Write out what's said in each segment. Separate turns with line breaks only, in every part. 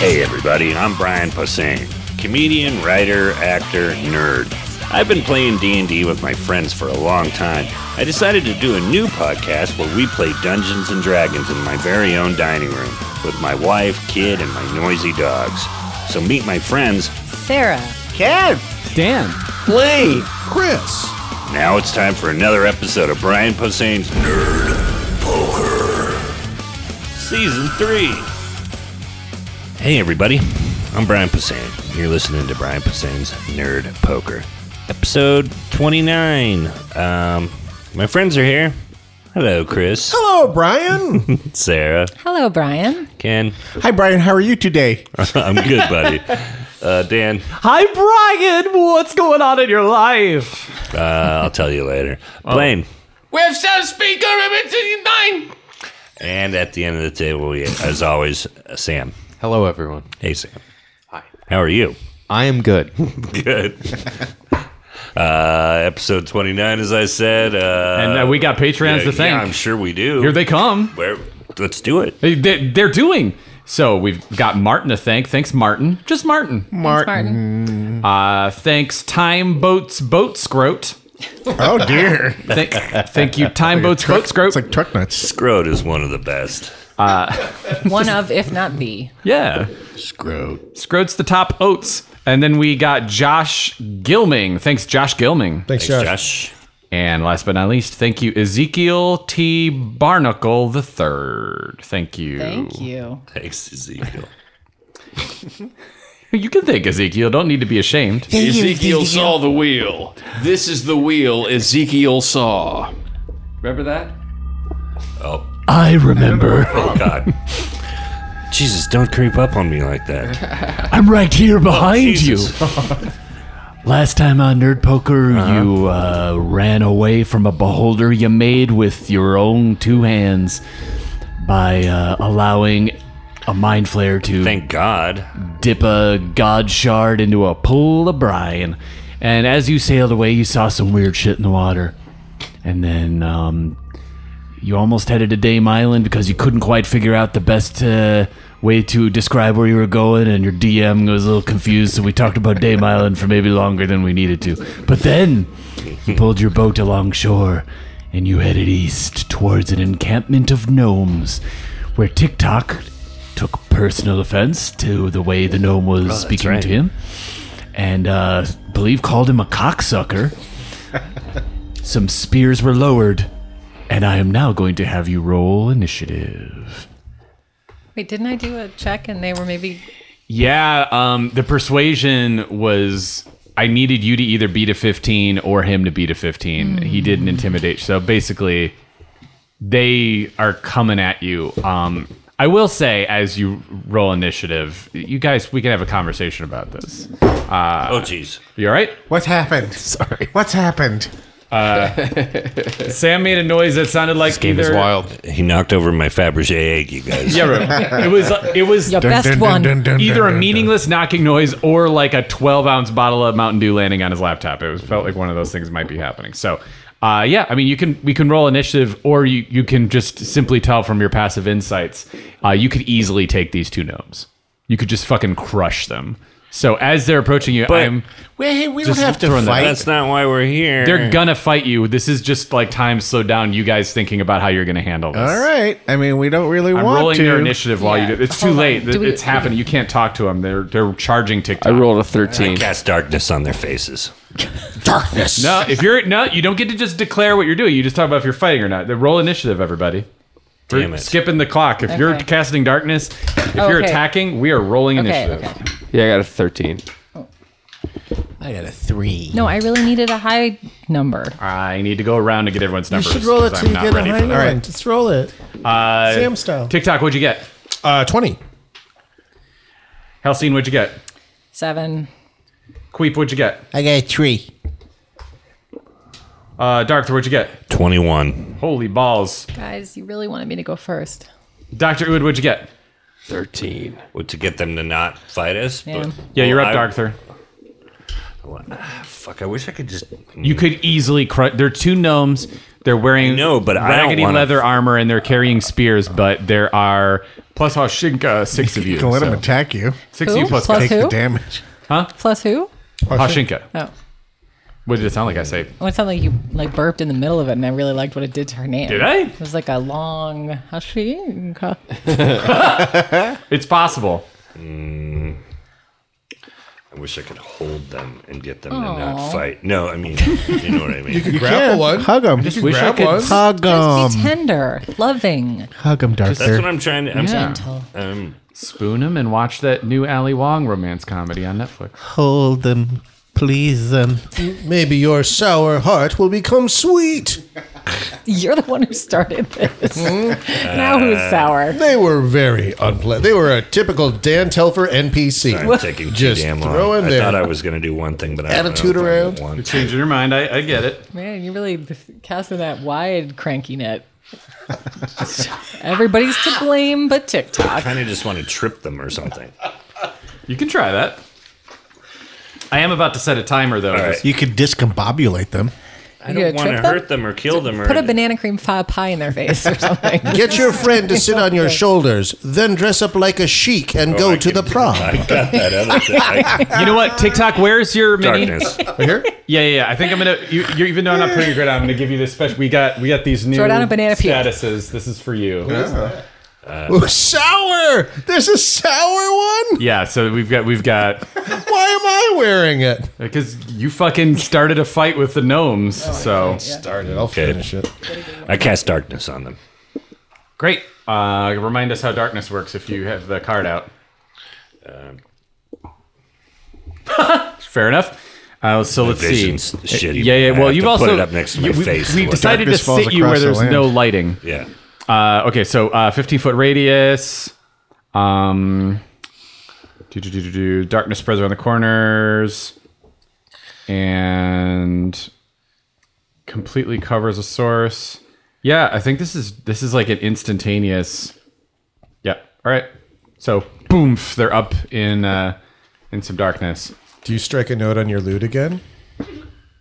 Hey, everybody, I'm Brian Posehn, comedian, writer, actor, nerd. I've been playing D&D with my friends for a long time. I decided to do a new podcast where we play Dungeons and Dragons in my very own dining room with my wife, kid, and my noisy dogs. So meet my friends.
Sarah.
Kev,
Dan.
Lee,
Chris.
Now it's time for another episode of Brian Posehn's Nerd Poker. Season 3. Hey everybody, I'm Brian Posehn. You're listening to Brian Posehn's Nerd Poker. Episode 29. Um, my friends are here. Hello, Chris,
Hello, Brian.
Sarah,
Hello, Brian.
Ken.
Hi, Brian. How are you today?
I'm good, buddy. Uh, Dan,
Hi, Brian. What's going on in your life?
Uh, I'll tell you later. Blaine. We have Sam Speaker, nine. And at the end of the table, we, as always, uh, Sam.
Hello, everyone.
Hey, Sam. Hi. How are you?
I am good.
Good. uh, episode 29, as I said. Uh,
And uh, we got Patreons
yeah,
to thank.
I'm sure we do.
Here they come.
Where, let's do it.
They, they, they're doing. So we've got Martin to thank. Thanks, Martin. Just Martin.
Martin.
Uh, thanks, Time Boats Boat Scroat.
Oh dear.
Thank, thank you, Time Boats Boat
It's
Scroat.
like truck nuts.
Scroat is one of the best.
One of, if not the.
Yeah.
Screwed.
Scroat's the top oats. And then we got Josh Gilming. Thanks, Josh Gilming.
Thanks,
Josh.
Josh.
And last but not least, thank you, Ezekiel T. Barnacle the Third. Thank you.
Thank you.
Thanks, Ezekiel.
You can thank Ezekiel. Don't need to be ashamed.
Ezekiel saw the wheel. This is the wheel Ezekiel saw. Remember that?
Oh,
I remember.
oh God. Jesus, don't creep up on me like that.
I'm right here behind
Jesus.
Last time on Nerd Poker, you uh, ran away from a beholder you made with your own two hands by uh, allowing a mind flare to
Thank God.
dip a god shard into a pool of brine. And as you sailed away, you saw some weird shit in the water. And then um, you almost headed to Dame Island because you couldn't quite figure out the best uh, way to describe where you were going. And your DM was a little confused, so we talked about Dame Island for maybe longer than we needed to. But then you pulled your boat along shore and you headed east towards an encampment of gnomes where TikTok took personal offense to the way the gnome was speaking
right.
to him and uh believe called him a cocksucker some spears were lowered and i am now going to have you roll initiative
Wait, didn't I do a check and they were maybe.
yeah um the persuasion was i needed you to either beat a 15 or him to beat a 15 he didn't intimidate so basically they are coming at you um I will say, as you roll initiative, you guys, we can have a conversation about this.
oh, jeez.
You all right?
What's happened? Sorry. What's happened?
Sam made a noise that sounded like
Game is
either-
wild.
He knocked over my Fabergé egg, you guys.
Yeah, right. it was it was
Your best one.
either a meaningless knocking noise or like a 12 ounce bottle of Mountain Dew landing on his laptop. It was felt like one of those things might be happening. So. Uh, yeah, I mean, you can we can roll initiative, or you, you can just simply tell from your passive insights. Uh, you could easily take these two gnomes. You could just fucking crush them. So as they're approaching you,
But-
I'm
Wait, hey, we don't
Just
have to
throwing that-
fight.
That's not why we're here.
they're gonna fight you. This is just like time slowed down. You guys thinking about how you're gonna handle this.
All right. I mean, we don't really
I'm
want
rolling
to.
your initiative while you
Yeah.
do. It's too
Hold on.
late.
Do we-
it's happening. You can't talk to them. They're they're charging TikTok.
I rolled a 13.
Cast darkness on their faces.
Darkness.
No, if you're no, you don't get to just declare what you're doing. You just talk about if you're fighting or not. The roll initiative, everybody. We're
Damn it.
Skipping the clock. If you're
Okay. Oh,
casting darkness, if you're
Okay.
attacking, we are rolling
Okay,
initiative.
okay.
Yeah, I got a 13.
I got a three.
No, I really needed a high number.
I need to go around and get everyone's numbers.
You should roll it
'cause
till you
I'm not
get a
ready for
high number.
that.
Alright.
Just roll it.
Uh,
Sam style.
TikTok, what'd you get?
Uh, twenty.
Halcyon, what'd you get?
Seven.
Queep, what'd you get?
I got a three.
Uh, Darkthor, what'd you get?
21.
Holy balls.
Guys, you really wanted me to go first.
Dr. Ood, what'd you get?
13.
Well, to get them to not fight us.
Yeah.
But,
Yeah, you're
well,
up,
I-
Darkthor.
well, ah, Fuck, I wish I could just.
You could easily crush. They're two gnomes. They're wearing
know, but I don't
raggedy
wanna-
leather armor and they're carrying spears, but there are Plus Hoshinka, six of you.
can let
so.
him attack you.
Six
Who?
of you plus,
Plus
plus
Take the
who?
damage.
Plus who?
Hoshinka.
Oh.
What did it sound like I say?
Oh.
Well, it sounded like you like burped in the middle of it, and I really liked what it did to her name.
Did I?
It was like a long hushy.
It's possible.
I wish I could hold them and get them to not fight. No, I mean, you know what I mean.
You
Grapple
can.
one.
Hug him.
Just wish I
grab
could.
one.
hug
Just
Um.
be
him.
tender, loving,
Hug him,
That's what
Darker.
I'm trying to. I'm,
gentle.
I'm
Spoon him and watch that new Ali Wong romance comedy on Netflix.
Hold them. Please them.
Maybe your sour heart will become sweet.
You're the one who started this. now who's
Uh,
sour?
They were very unpleasant. They were a typical Dan Telfer NPC.
I'm taking too
Just
damn long.
throw in
I
there.
thought I was going to do one thing, but I don't know
Attitude
if I
around.
did one.
Changing your mind, I, I get it.
Man, you really casting that wide cranky net. Everybody's to blame but TikTok.
kind of just want to trip them or something.
You can try that. I am about to set a timer though.
right.
Just-
You could discombobulate them.
I
You
don't
gonna
want to
trip them?
hurt them or kill them or
Put a banana cream pie pie in their face or something.
Get your friend to sit on your shoulders, then dress up like a sheik and go
Oh, I
to the
can-
prom.
I got that other thing. I-
You know what? TikTok, where's your mini?
darkness.
Right here?
Yeah, yeah, yeah. I think I'm gonna. You, you even though I'm not putting a grid on, I'm gonna give you this special. We got we got these new
Throw down a banana peel.
statuses. This is for you.
Ooh, sour! There's a sour one?
Yeah. So we've got we've got
Why am I wearing it?
because you fucking started a fight with the gnomes.
Oh,
so
Started. I'll
finish
it.
I cast darkness on them.
great. Uh, remind us how darkness works if you have the card out.
Uh,
Fair enough. Uh, so let's see.
vision's shitty.
Yeah, yeah.
I
Well,
have
you've
to
also
put it up next to my
you- we-
face.
We've
What
decided to
darkness falls
sit you where
across the
there's no
land.
lighting.
Yeah.
Uh, okay, so uh, 15 foot radius. Um, do, do, do, do, do. Darkness spreads around the corners. And completely covers a source. Yeah, I think this is this is like an instantaneous. Yeah. All right. So boom, they're up in uh, in some darkness.
Do you strike a note on your lute again?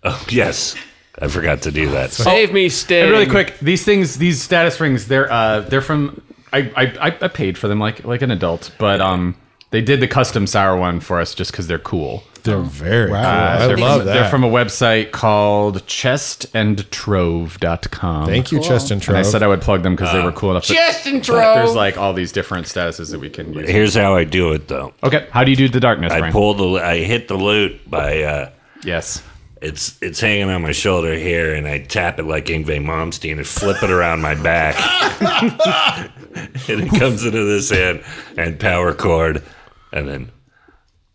Oh, yes. I forgot to do that.
Save me, Sting.
And really quick, these things, these status rings, they're uh, they're from. I, I I- I paid for them like like an adult, but um, they did the custom sour one for us just because they're cool.
They're very wow,
Uh,
I
they're
love
from,
that.
They're from a website called chestandtrove.com.
Thank you, Cheston
And I
Trove.
said I would plug them because they were cool enough. that-
Chest and
that There's
Trove.
like all these different statuses that we can use.
Here's how I do it, though.
Okay, how do you do the darkness,
I
Brian?
pull the. I hit the loot by. Uh,
yes.
it's it's hanging on my shoulder here, and I tap it like Ingve Malmsteen and flip it around my back, and it comes into this hand and power chord, and then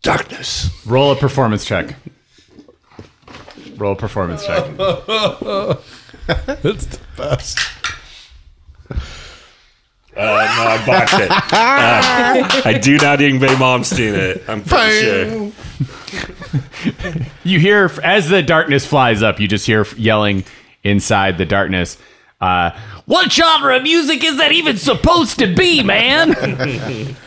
darkness.
Roll a performance check. Roll a performance check.
That's the best.
Uh, no, I boxed it. Uh, I do not Ingve Malmsteen it. I'm pretty sure.
you hear as the darkness flies up you just hear yelling inside the darkness uh, what genre of music is that even supposed to be man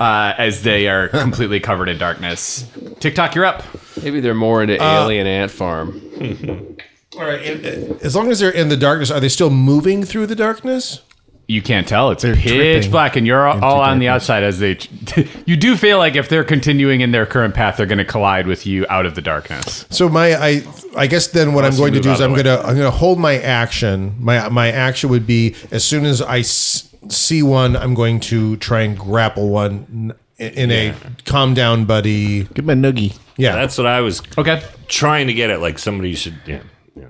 uh, as they are completely covered in darkness tiktok you're up
Maybe they're more into Alien Ant Farm.
All right. and- and As long as they're in the darkness, are they still moving through the darkness?
you can't tell it's
They're
pitch
tripping
black and you're all,
into
all on the
darkness.
outside as they you do feel like if they're continuing in their current path they're going to collide with you out of the darkness
So my, I, I guess then what I'm
you
going to
move
do is
out of
I'm
the
gonna, I'm gonna hold my action. My, my action would be as soon as I s- see one, I'm going to try and grapple one n- in a calm down, buddy.
Give him a noogie.
Yeah.
That's what I was
okay
trying to get at. Like somebody should. Yeah. yeah.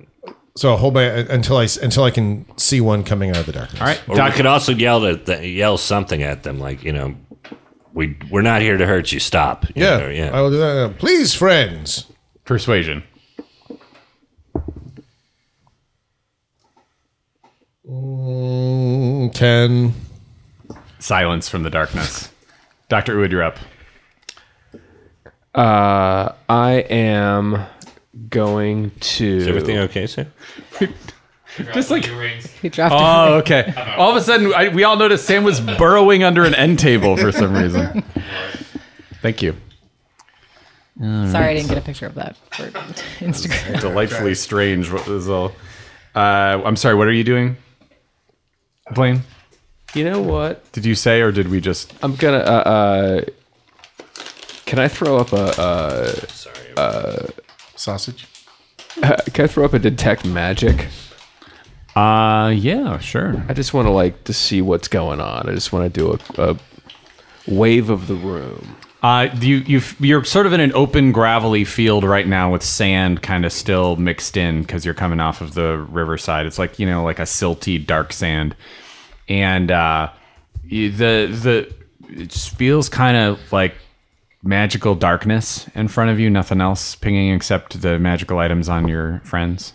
so hold my until I s- until I can see one coming out of the darkness.
all right
Or
Doc-
we could also yell at the, yell something at them, like you know, we we're not here to hurt you. Stop. You
Yeah.
know, yeah.
I will do that. Please, friends.
persuasion
Mm, Ten.
silence from the darkness dr Uwid, you're up
I am going to.
Is everything okay, sir?
just like
He dropped
Oh, okay. All of a sudden, I, we all noticed Sam was burrowing under an end table for some reason. Thank you.
it. Sorry, I didn't get a picture of that for Instagram.
Delightfully strange. What was all? Uh, I'm sorry. What are you doing, Blaine?
You know what?
Did you say, or did we just?
I'm gonna. Uh, uh, can I throw up a? Uh,
Sausage.
can I throw up a detect magic?
Uh, yeah, sure.
I just want to like to see what's going on. I just want to do a, a wave of the room.
Uh, you you you're sort of in an open gravelly field right now with sand kind of still mixed in because you're coming off of the riverside. It's like you know like a silty dark sand, and uh, you- the the it just feels kind of like magical darkness in front of you. Nothing else pinging except the magical items on your friends.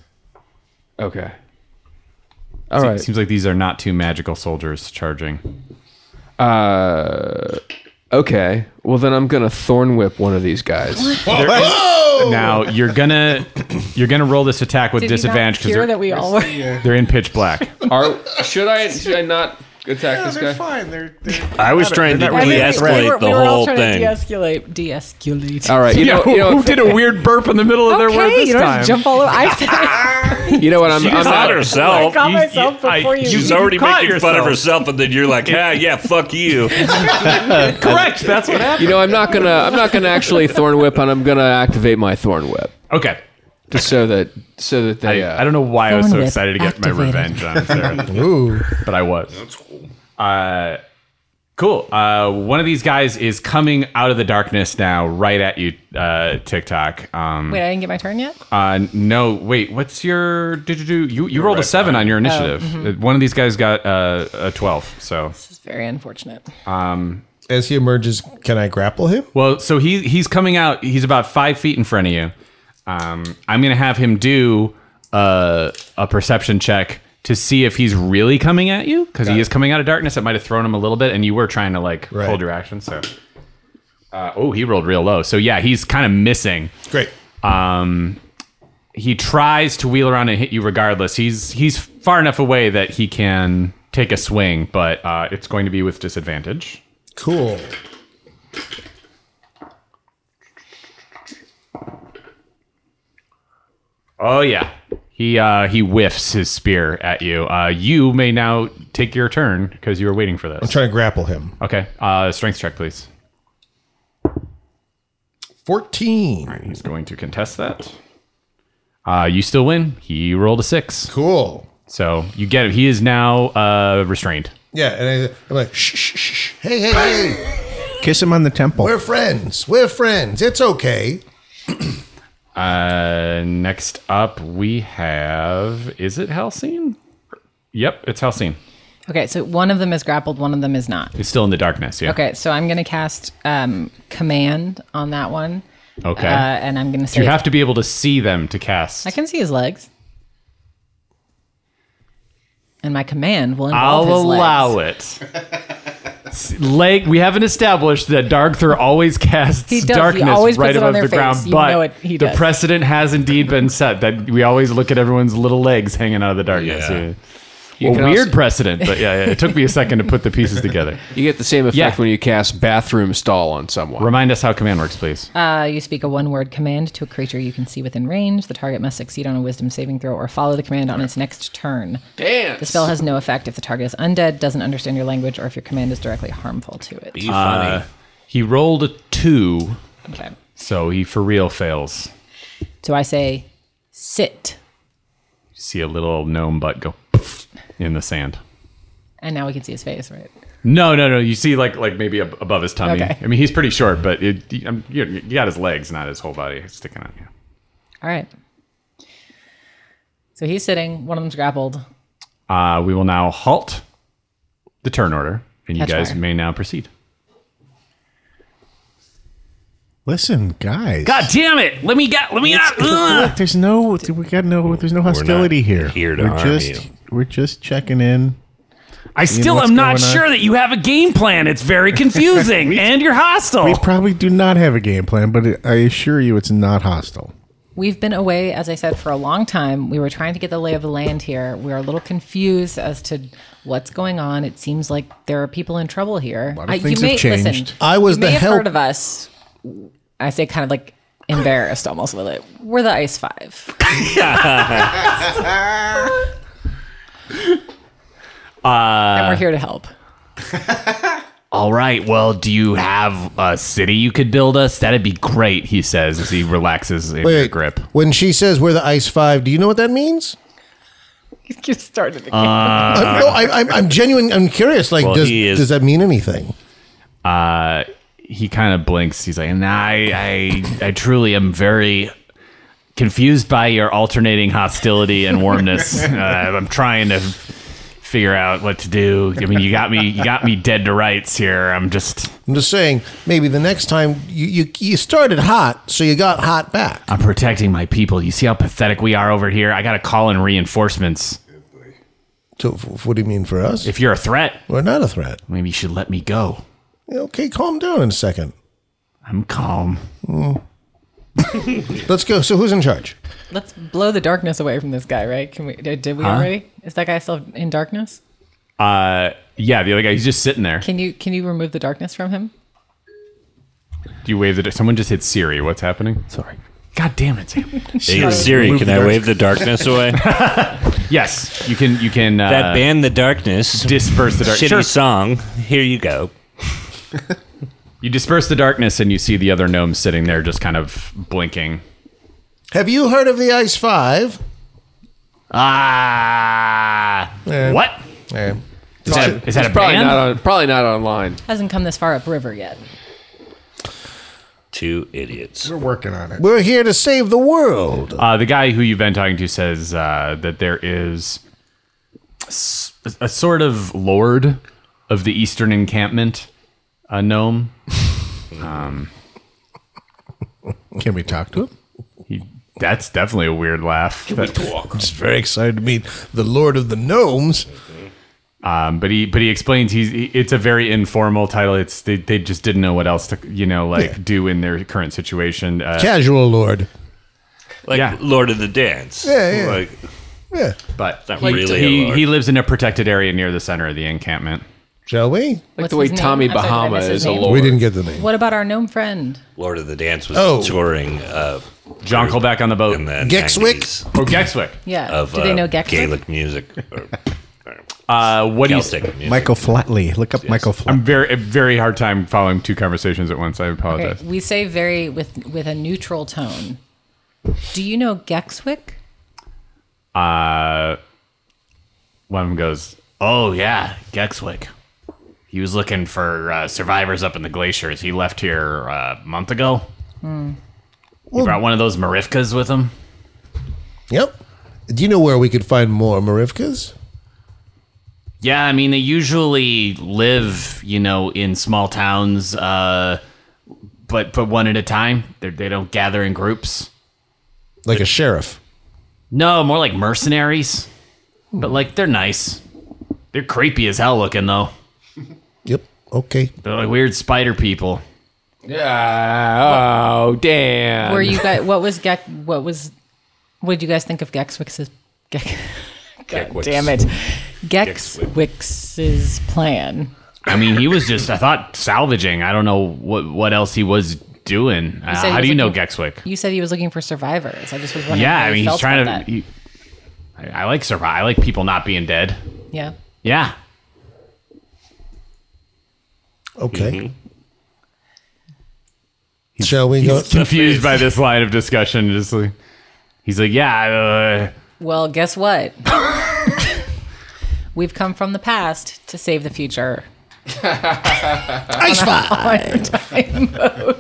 Okay. All
Se-
right.
Seems like these are not two magical soldiers charging.
Okay. Well, then I'm gonna thorn whip one of these guys.
Now you're gonna you're gonna roll this attack with
Did we not
disadvantage because
hear
they're,
that we all were.
they're in pitch black.
Are should I should I not attack this guy?
fine. They're,
I was trying to
they're not-
I mean, we- we were,
de-escalate the
we were all
whole
trying
thing.
to de-escalate. De-escalate.
All right. You know, you know,
who did a weird burp in the middle of
okay,
their word this
you don't
time?
just jump all over. I said,
you know what? I'm, I'm
Not
not.
I
herself.
caught
you-
myself
I-
before you.
She's
you
already
caught
making fun of
yourself.
herself, and then you're like, ah, yeah, fuck you.
Correct. That's what happened.
You know, I'm not gonna. I'm not gonna actually thorn whip, and I'm gonna activate my thorn whip
Okay.
just so that so that
I,
they. uh,
I don't know why I was so
Thorn whip
excited to get my
activated.
revenge on Sarah, but I was. That's cool. Uh, cool. Uh, one of these guys is coming out of the darkness now, right at you, uh, TikTok. Um,
Wait, I didn't get my turn yet?
Uh, no, wait. What's your? Did you do? You, you rolled a seven on your initiative.
Oh, mm-hmm.
Uh, One of these guys got uh, a twelve. So
It's very unfortunate.
As he emerges, can I grapple him?
well, so he he's coming out. He's about five feet in front of you. Um, I'm gonna have him do uh, a perception check to see if he's really coming at you because he is coming out of darkness. It might have thrown him a little bit, and you were trying to like
Right.
hold your action. So. Uh, oh, he rolled real low. So yeah, he's kind of missing. Um,
Great.
uh, he tries to wheel around and hit you regardless. He's he's far enough away that he can take a swing, but uh, it's going to be with disadvantage.
Cool.
Oh yeah, he uh, he whiffs his spear at you. Uh, you may now take your turn because you were waiting for
I'm
this.
trying to grapple him.
Okay, uh, strength check, please.
14.
He's going to contest that. Uh, you still win. He rolled a six,
Cool.
so you get it. He is now uh, restrained.
Yeah, and I, I'm like, shh, shh, shh, shh. Hey, hey, hey.
Kiss him on the temple.
We're friends. We're friends. It's okay.
Uh, next up, we have is it Halcyon? Yep, it's Halcyon.
Okay, so one of them is grappled, one of them is not.
It's still in the darkness. Yeah.
Okay, so I'm going to cast um, Command on that one.
Okay.
Uh, and I'm going to say,
you have to be able to see them to cast.
I can see his legs. And my command will
I'll
involve his legs.
allow it. S- Leg. We haven't established that Darkthor always casts
He does. He
darkness
always
right
puts it on
above
their
the
face.
ground,
You
but
know it- he
the
does.
precedent has indeed been set that we always look at everyone's little legs hanging out of the darkness.
Yeah.
Yeah.
you
A
can
weird
also-
precedent, but yeah, yeah, it took me a second to put the pieces together.
uh, you get the same effect
Yeah.
when you cast bathroom stall on someone.
Remind us how command works, please.
Uh, you speak a one word command to a creature you can see within range. The target must succeed on a wisdom saving throw or follow the command on its next turn.
Dance.
The spell has no effect if the target is undead, doesn't understand your language, or if your command is directly harmful to it.
Be
Uh.
funny.
he rolled a two,
Okay.
so he for real fails.
So I say, sit.
You see a little gnome butt go in the sand.
And now we can see his face, right?
No, no, no. You see, like, like maybe ab- above his tummy.
Okay.
I mean, he's pretty short, but it, you, um, you, you got his legs, not his whole body sticking out. Yeah.
All right. So he's sitting. One of them's grappled.
Uh, we will now halt the turn order, and you
Catch
guys
fire.
may now proceed.
Listen, guys.
God damn it! Let me get. Let me out. Ugh.
Look, there's no. We got no. There's no hostility here.
here to
we're
harm
just.
you.
We're just checking in.
I still
what's
am not
going on?
sure that you have a game plan. It's very confusing, and you're hostile.
We probably do not have a game plan, but I assure you, it's not hostile.
We've been away, as I said, for a long time. We were trying to get the lay of the land here. We are a little confused as to what's going on. It seems like there are people in trouble here.
lot of things have changed.
I was
you
the
may have
help-
heard of us. I say kind of like embarrassed almost with it. We're the Ice Five.
Uh,
and we're here to help.
All right, well, do you have a city you could build us? That'd be great, he says as he relaxes in your grip.
When she says we're the Ice Five, do you know what that means?
You started again.
Uh, no, I, I'm, I'm genuine. I'm curious. Like, does
he is-
does that mean anything?
Uh, he kind of blinks. He's like, and I, I, I truly am very confused by your alternating hostility and warmness. uh, I'm trying to figure out what to do. I mean, you got me, you got me dead to rights here. I'm just,
I'm just saying. Maybe the next time you you, you started hot, so you got hot back.
I'm protecting my people. You see how pathetic we are over here. I got to call in reinforcements.
So, f- what do you mean for us?
If you're a threat,
we're not a threat.
maybe you should let me go.
Okay, calm down in a second.
I'm calm.
Let's go. So, who's in charge?
Let's blow the darkness away from this guy, right? Can we? Did did we already? Is that guy still in darkness?
Uh, yeah, the other guy, he's just sitting there.
Can you can you remove the darkness from him?
Do you wave the? Someone just hit Siri. What's happening?
Sorry.
God damn it, Sam.
Hey, Siri, can I wave the darkness away?
Yes, you can. You can uh,
that band, The Darkness,
disperse the dark.
shitty
Sure.
song. Here you go.
You disperse the darkness, and you see the other gnome sitting there, just kind of blinking.
Have you heard of the Ice Five?
Ah, what?
Eh.
Is that a, is that a
Probably
band?
not on. Probably not online.
Hasn't come this far upriver yet.
Two idiots.
We're working on it.
We're here to save the world.
uh, the guy who you've been talking to says uh, that there is s- a sort of lord of the eastern encampment, a gnome.
Can we talk to him?
He, that's definitely a weird laugh. That-
I'm just very excited to meet the Lord of the Gnomes.
Um, but he but he explains he's he, it's a very informal title. It's they, they just didn't know what else to you know like
Yeah.
do in their current situation. Uh,
Casual Lord.
Like
Yeah.
Lord of the Dance.
Yeah, yeah.
Like,
Yeah.
but
not
he,
really a
he,
lord.
he lives in a protected area near the center of the encampment.
Shall we?
Like
What's
the way
his name?
Tommy
I'm sorry, did I
Bahama
miss his
is a
name?
lord.
We didn't get the name.
What about our gnome friend?
Lord of the Dance was
Oh.
touring uh,
John Colbeck on the boat.
in the
Gexwick?
90s
oh, Gexwick.
Yeah.
Of,
Do they
uh,
know Gex?
Gaelic music. Or,
Uh, what do you?
Celtic music.
Michael Flatley. Look up Michael Flatley.
I'm very a very hard time following two conversations at once. I apologize.
Okay, we say very with with a neutral tone. Do you know Gexwick?
Uh, one of them goes, "Oh yeah, Gexwick. He was looking for uh, survivors up in the glaciers. He left here uh, a month ago. He brought one of those Marifkas with him.
Yep. Do you know where we could find more Marivkas?
Yeah, I mean they usually live, you know, in small towns, uh, but but one at a time. They're, they don't gather in groups.
Like a sheriff.
No, more like mercenaries. But like they're nice. They're creepy as hell looking though.
Yep. Okay.
They're like weird spider people."
Yeah. Oh damn.
Were you guys? What was Gex? What was? What did you guys think of Gexwick's? Gex, God damn it, Gexwick's plan.
I mean, he was just, I thought, salvaging. I don't know what, what else he was doing. Uh,
said he
how
was
do you know
looking-
Gexwick?
You said he was looking for survivors. I just was wondering.
Yeah,
how
I
you
mean, he's
felt
trying to.
about that.
he- I, I like survive. I like people not being dead.
yeah.
Yeah.
Okay.
Mm-hmm.
Shall we go?
Confused by this line of discussion. Just like, he's like, yeah. Uh,
Well, guess what? We've come from the past to save the future.
Ice Five.
uh,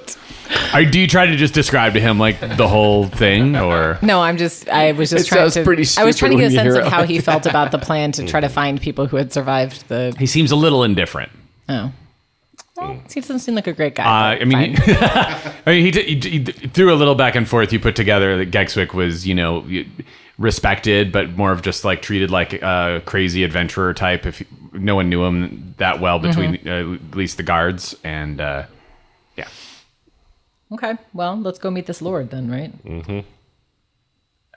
I, do you try to just describe to him like the whole thing or?
No, I'm just. I was just
It
trying
sounds
to.
pretty
I was
stupid
trying to
when
get a
you
sense
hear Mm-hmm.
of
it
how
like
he felt about the plan to try to find people who had survived the.
He seems a little indifferent.
Oh. Well,
Mm.
he doesn't seem like a great guy.
Uh,
but
I mean,
fine.
he, I mean, he, did- he, did- he threw a little back and forth. You put together that Gexwick was, you know, you- respected, but more of just like treated like a crazy adventurer type. If no one knew him that well between uh, at least the guards and uh, yeah,
okay. Well, let's go meet this lord then, right?
Mm.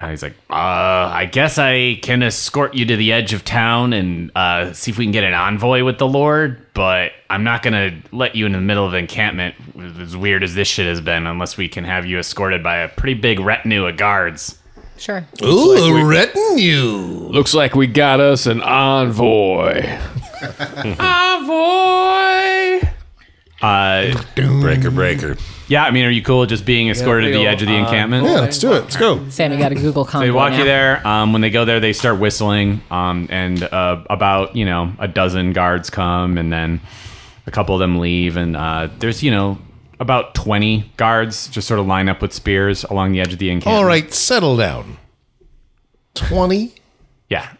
and he's like, uh, I guess I can escort you to the edge of town and uh, see if we can get an envoy with the Lord, but I'm not gonna let you in the middle of encampment. As weird as this shit has been, unless we can have you escorted by a pretty big retinue of guards.
Sure.
Ooh, a retinue.
Looks like we got us an envoy.
Avoid. Uh,
Breaker, breaker.
yeah, I mean, are you cool with just being escorted to the
big
edge of the
old, uh,
encampment?
Yeah, let's do it. Let's go.
Sam, you got to Google convoy.
They walk
now.
you there. Um, when they go there, they start whistling, um, and uh, about you know a dozen guards come, and then a couple of them leave, and uh, there's you know about twenty guards just sort of line up with spears along the edge of the encampment.
All right, settle down. 20?
Yeah.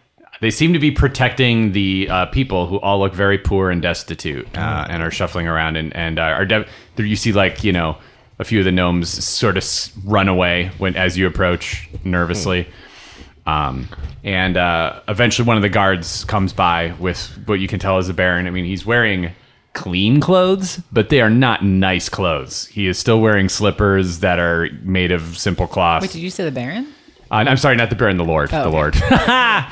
They seem to be protecting the uh, people who all look very poor and destitute uh, and are shuffling around. And, and uh, are dev- there you see, like, you know, a few of the gnomes sort of s- run away when as you approach nervously. Um, and uh, eventually one of the guards comes by with what you can tell is a baron. I mean, he's wearing clean clothes, but they are not nice clothes. He is still wearing slippers that are made of simple cloth.
Wait, did you say the Baron?
Uh, I'm sorry, not the Baron, the Lord. the
okay.
Lord. yeah,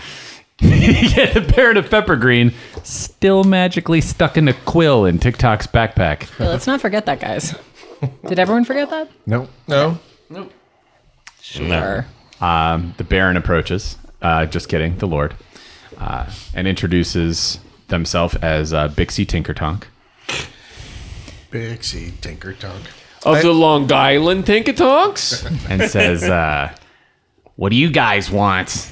the Baron of Peppergreen still magically stuck in a quill in TikTok's backpack.
Yeah, let's not forget that, guys. Did everyone forget that?
Nope.
No?
No.
Or
Um, the Baron approaches, uh, just kidding, the Lord, uh, and introduces themselves as uh, Bixie Tinkertonk.
Bixie Tinker Tonk.
Of the Long Island Tinkatonks?
and says, uh, What do you guys want?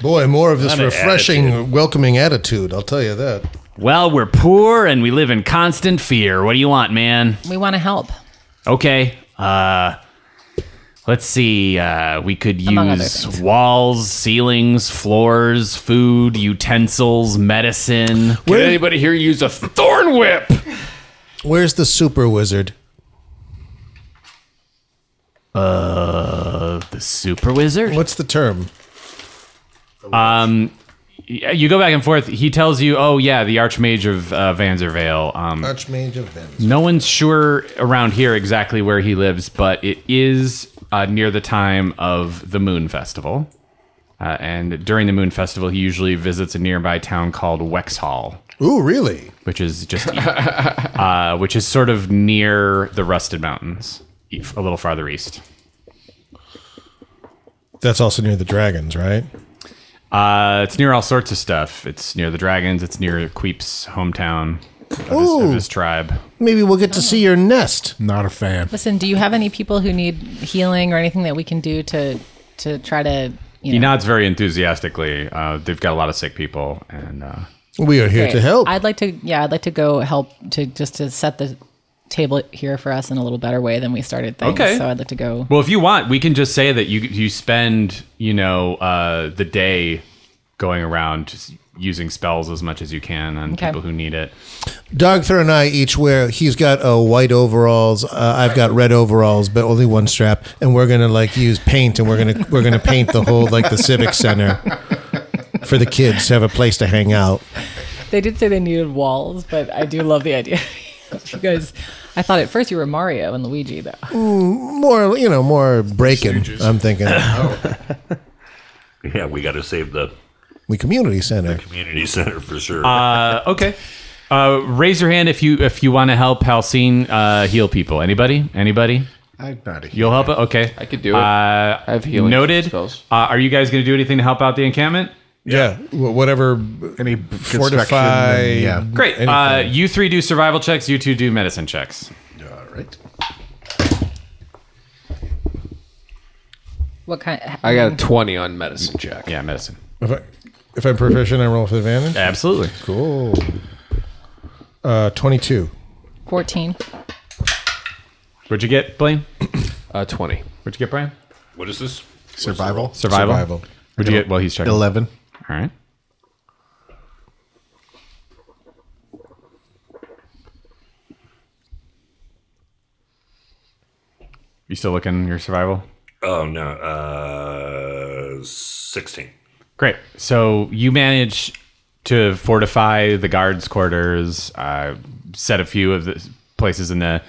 Boy, more of this
Not an
refreshing, welcoming attitude. I'll tell you that.
Well, we're poor and we live in constant fear. What do you want, man?
we want to help.
Okay. Uh let's see. Uh we could
Among other
use
things.
walls, ceilings, floors, food, utensils, medicine.
Did anybody here use a thorn whip?
Where's the super wizard?
The super wizard?
What's the term?
Yeah, You go back and forth. He tells you, "Oh yeah, the archmage of uh, Vanzervale. Um
Archmage of Venice.
no one's sure around here exactly where he lives, but it is uh, near the time of the Moon Festival." Uh, and during the Moon Festival, he usually visits a nearby town called Wexhall.
Ooh, really?
which is just uh, which is sort of near the Rusted Mountains, e- a little farther east.
That's also near the dragons, right?
Uh, it's near all sorts of stuff. It's near the dragons. It's near Queep's hometown of his, of
Ooh.
his tribe.
Maybe we'll get to see your nest.
Not a fan.
Listen, do you have any people who need healing or anything that we can do to to try to
He
you know?
nods very enthusiastically. Uh, they've got a lot of sick people, and uh,
We are here to
Great.
help.
I'd like to. Yeah, I'd like to go help to just to set the table here for us in a little better way than we started things.
Okay.
So I'd like to go.
Well, if you want, we can just say that you you spend you know uh, the day going around just using spells as much as you can on
Okay.
people who need it.
Dogther and I each wear. He's got uh, white overalls. Uh, I've got red overalls, but only one strap. And we're gonna like use paint, and we're gonna we're gonna paint the whole like the civic center for the kids to have a place to hang out.
They did say they needed walls, but I do love the idea. you guys, I thought at first you were Mario and Luigi, though.
More, you know, more breaking. I'm thinking
Yeah, we got to save the
we community center.
community center for sure.
Okay. Uh, raise your hand if you if you want to help Halcyon uh, heal people. Anybody? Anybody?
I'm not a
You'll help it. Okay.
I could do it.
Uh,
I have healing
noted. Uh,
spells.
are you guys going to do anything to help out the encampment?
Yeah, wh- whatever.
Any
Fortify-
fortify. Yeah.
Great. Uh,
Anything.
you three do survival checks. You two do medicine checks.
All right.
What kind?
I got a 20 on medicine check.
Yeah, medicine.
If, I, if I'm proficient, I roll with advantage.
Absolutely.
Cool. Uh, Twenty-two.
Fourteen.
What'd you get, Blaine?
Uh, 20.
What'd you get, Brian?
what is this?
Survival.
Survival. What'd you get? Well, he's checking.
Eleven.
All right. You still looking your survival?
Oh no, uh, sixteen.
Great. So you manage to fortify the guards' quarters, uh, set a few of the places in the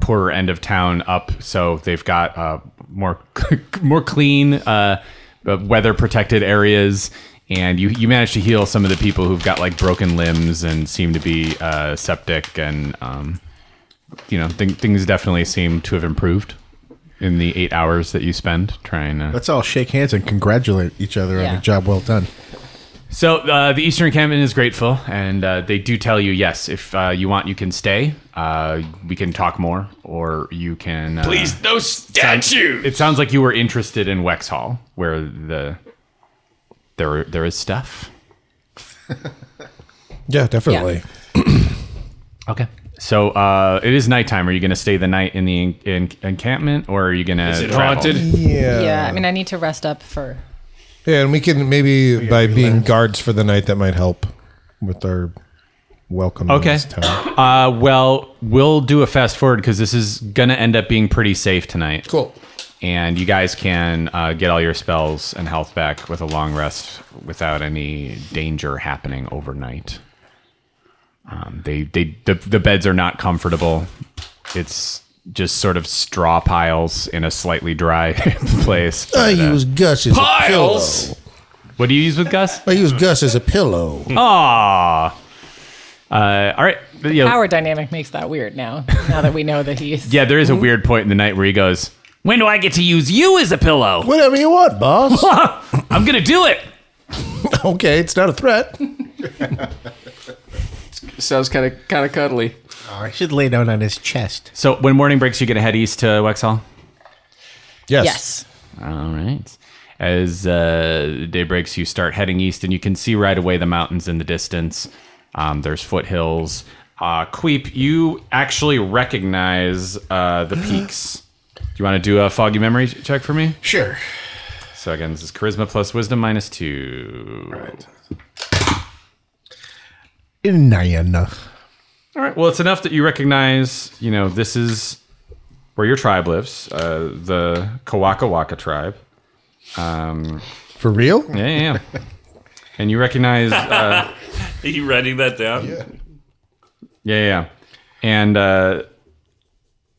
poorer end of town up, so they've got uh, more more clean, uh, weather protected areas. And you, you manage to heal some of the people who've got like broken limbs and seem to be uh, septic and um, you know th- things definitely seem to have improved in the eight hours that you spend trying to
Let's all shake hands and congratulate each other
Yeah.
on a job well done.
So uh, the Eastern Encampment is grateful, and uh, they do tell you, yes, if uh, you want, you can stay. Uh, we can talk more, or you can. Uh,
Please, no statue.
It sounds like you were interested in Wexhall, where the there there is stuff.
Yeah, definitely.
Okay. So uh, it is nighttime. Are you going to stay the night in the en- en- encampment, or are you going to?
Is it haunted?
Yeah.
Uh,
yeah, I mean, I need to rest up for.
Yeah, and we can maybe by being guards for the night that might help with our welcome. to
Okay.
this town.
Uh, well, we'll do a fast forward because this is going to end up being pretty safe tonight.
Cool.
and you guys can uh, get all your spells and health back with a long rest without any danger happening overnight. Um, they they the, the beds are not comfortable. It's just sort of straw piles in a slightly dry place.
I
But, uh,
use Gus as
Piles.
a pillow.
what do you use with Gus?
I use Gus as a pillow.
Hmm. Ah. Uh, all right. Yeah,
Power dynamic makes that weird now. Now that we know that he's
yeah, there is a weird point in the night where he goes, "When do I get to use you as a pillow?
Whatever you want, boss.
I'm gonna do it."
okay, it's not a threat.
Oh,
Sounds kind of kind of cuddly.
I should lay down on his chest.
So when morning breaks, you gonna head east to Wexhall.
Yes.
yes.
All right. As uh, day breaks, you start heading east, and you can see right away the mountains in the distance. Um, there's foothills. Uh, Queep, you actually recognize uh, the peaks. Do you want to do a foggy memory check for me?
Sure.
So again, this is charisma plus wisdom minus two.
Nine.
All right. Well, it's enough that you recognize. You know, this is where your tribe lives, uh, the Kawaka Waka tribe.
For real?
Yeah, yeah. yeah. and you recognize uh,
Are you writing that down?
Yeah, yeah, yeah. And uh,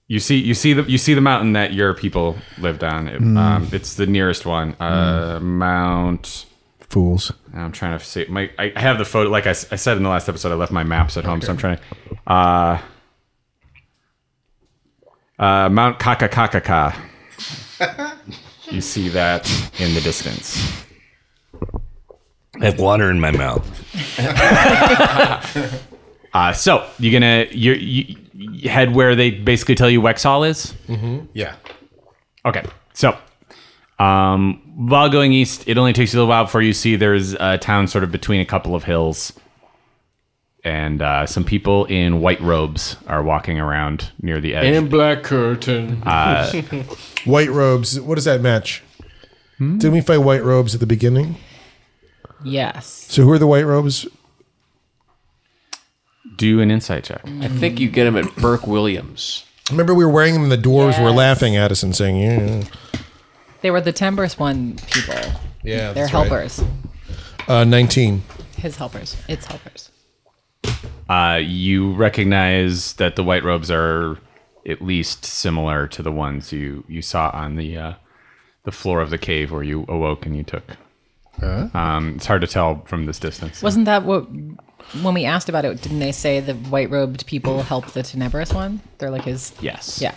you see, you see the you see the mountain that your people lived on. It- um, it's the nearest one, uh, Mount.
Fools.
I'm trying to see my. I I have the photo. Like I, s- I said in the last episode, I left my maps at home, so I'm trying to. Uh, uh, Mount Kakakakaka. you see that in the distance.
I have water in my mouth.
Uh, so you're gonna you, you, you head where they basically tell you Wexhall is.
Yeah.
Okay, so um, while going east, it only takes you a little while before you see there's a town sort of between a couple of hills, and uh, some people in white robes are walking around near the edge.
And black curtain.
White robes. What does that match?
Hmm?
Didn't we fight white robes at the beginning?
Yes.
So who are the white robes?
Do an insight check.
I think you get him at Burke Williams.
Remember we were wearing them and the dwarves were
Yes.
laughing at us and saying, yeah.
They were the Timbers one people.
Yeah.
They're helpers.
Uh, 19.
His helpers. It's helpers.
Uh, you recognize that the white robes are at least similar to the ones you you saw on the uh, the floor of the cave where you awoke and you took. Um, it's hard to tell from this distance.
Wasn't that what when we asked about it? Didn't they say the white robed people help the Tenebris one? They're like his.
yes.
Yeah.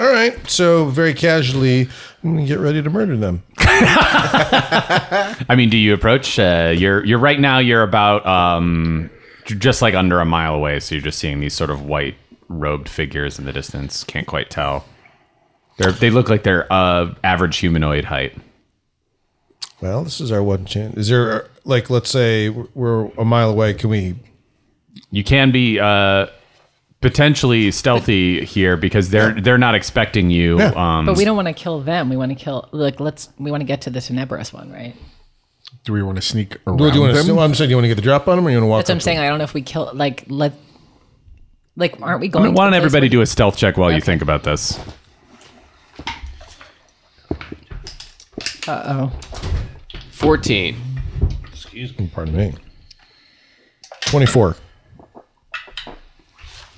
All right. So very casually, I'm going to get ready to murder them.
I mean, do you approach? Uh, you're you're right now. You're about um, j- just like under a mile away, so you're just seeing these sort of white robed figures in the distance. Can't quite tell. They're, they look like they're uh, average humanoid height.
Well, this is our one chance. Is there, like, let's say we're a mile away. Can we?
You can be uh, potentially stealthy here because they're they're not expecting you. Um,
But we don't want to kill them. We want to kill. Like, let's. We want to get to the Tenebris one, right?
Do we want to sneak around
Well, do you want
them?
to, I'm saying, do you want to get the drop on them or you want to walk
That's what I'm
up to
saying. I don't know if we kill. Like, let. Like, aren't we
I
going?
mean,
to
why
the
don't
place
everybody
where-
do a stealth check while you think about this?
Uh-oh.
Fourteen.
them? Pardon me. 24.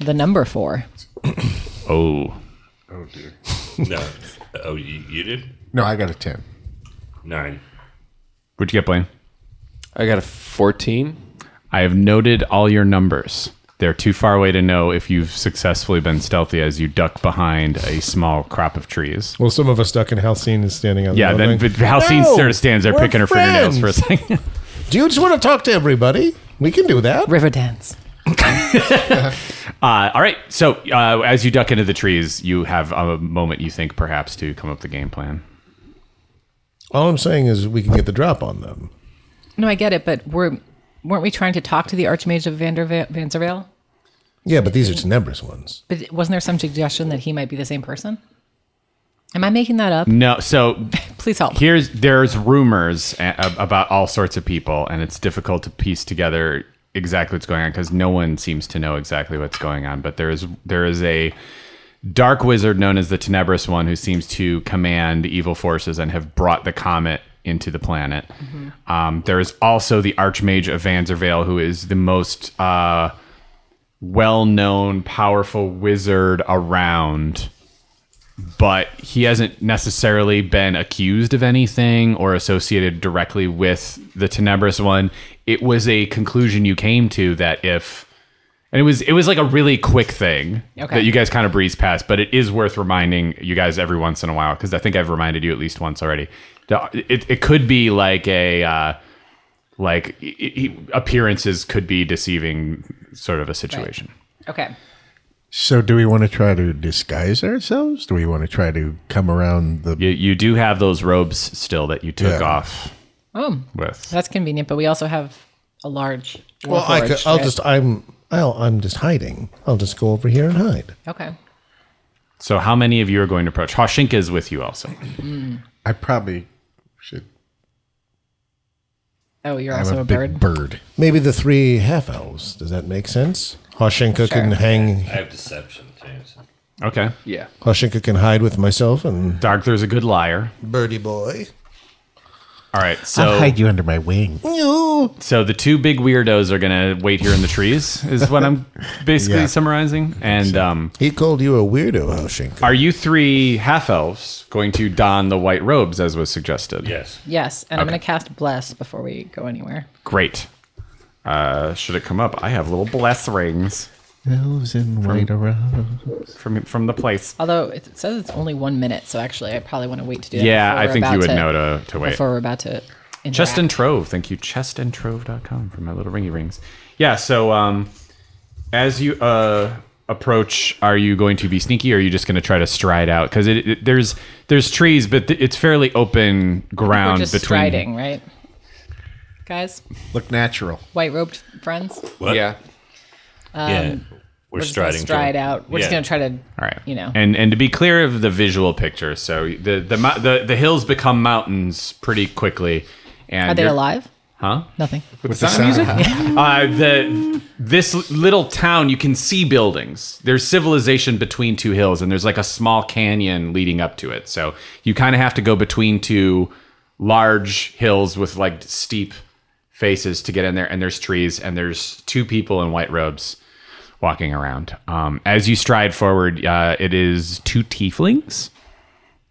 The number four.
Oh,
No. Oh, you, you did?
No, I got a 10.
Nine.
what'd you get, Blaine?
I got a fourteen.
I have noted all your numbers. They're too far away to know if you've successfully been stealthy as you duck behind a small crop of trees.
Well, some of us stuck in Halcyon is standing on
Yeah,
the
then
building.
but Halcine sort of stands there
we're
picking her fingernails for a
friends.
second.
Do you just want to talk to everybody? We can do that.
Riverdance.
Uh, all right. So uh, as you duck into the trees, you have a moment you think perhaps to come up with the game plan.
All I'm saying is we can get the drop on them.
No, I get it, but we're weren't we trying to talk to the Archmage of Vander Vanzervale?
Yeah, but these are Tenebrous ones.
But wasn't there some suggestion that he might be the same person? Am I making that up?
No. So
Please help.
here's there's rumors a- ab- about all sorts of people, and it's difficult to piece together exactly what's going on because no one seems to know exactly what's going on. But there is there is a dark wizard known as the Tenebrous One who seems to command evil forces and have brought the comet into the planet. Um, there is also the Archmage of Vanzervale, who is the most uh, well-known, powerful wizard around but he hasn't necessarily been accused of anything or associated directly with the Tenebrous one. It was a conclusion you came to that if and it was it was like a really quick thing
Okay.
that you guys kind of breezed past, but it is worth reminding you guys every once in a while because I think I've reminded you at least once already. The- It, it could be like a uh, like i i appearances could be deceiving sort of a situation.
Okay.
So, do we want to try to disguise ourselves? Do we want to try to come around the?
You you do have those robes still that you took
Yeah.
off
Oh,
with.
that's convenient. But we also have a large.
Well, I
warforged,
could, I'll
right?
just I'm I'll, I'm just hiding. I'll just go over here and hide.
Okay.
So how many of you are going to approach? Hoshinka is with you also.
I probably should.
Oh, you're
I'm
also
a,
a, bird.
big bird.
Maybe the three half elves. Does that make sense? Hoshinka can hang.
I have deception too. so-
Okay.
Yeah.
Hoshinka can hide with myself and
Darkther's a good liar.
Birdie Boy.
All right. So
hide you under my wing.
so the two big weirdos are going to wait here in the trees is what I'm basically
Yeah.
summarizing. And um,
He called you a weirdo, Hoshinka.
are you three half elves going to don the white robes as was suggested?
Yes.
Yes, and I'm going to cast bless before we go anywhere.
Great. Uh, should it come up? I have little bless rings
Elves in white around.
from from the place.
Although it it says it's only one minute, so actually I probably want to wait to do that.
Yeah,
before
I
we're
think you
about
would know to, to wait.
before we're about to. Interact.
Chest and Trove. Thank you, chestandtrove.com for my little ringy rings. Yeah, so um, as you uh, approach, are you going to be sneaky or are you just going to try to stride out? Because it, it- there's there's trees, but th- it's fairly open
we're
ground
just
between.
striding, right? Guys,
Look natural.
white robed friends.
What?
Yeah.
yeah. We're,
We're just gonna
striding.
Um, stride
to-
out. We're just
Yeah.
going to try to.
All right.
You know.
And and to be clear of the visual picture, so the the mou- the, the hills become mountains pretty quickly. And
Are they
you're-
alive?
Huh?
Nothing.
With the sound music.
uh, the this little town you can see buildings there's civilization between two hills and there's like a small canyon leading up to it so you kind of have to go between two large hills with like steep faces to get in there and there's trees and there's two people in white robes walking around um, as you stride forward uh, it is two tieflings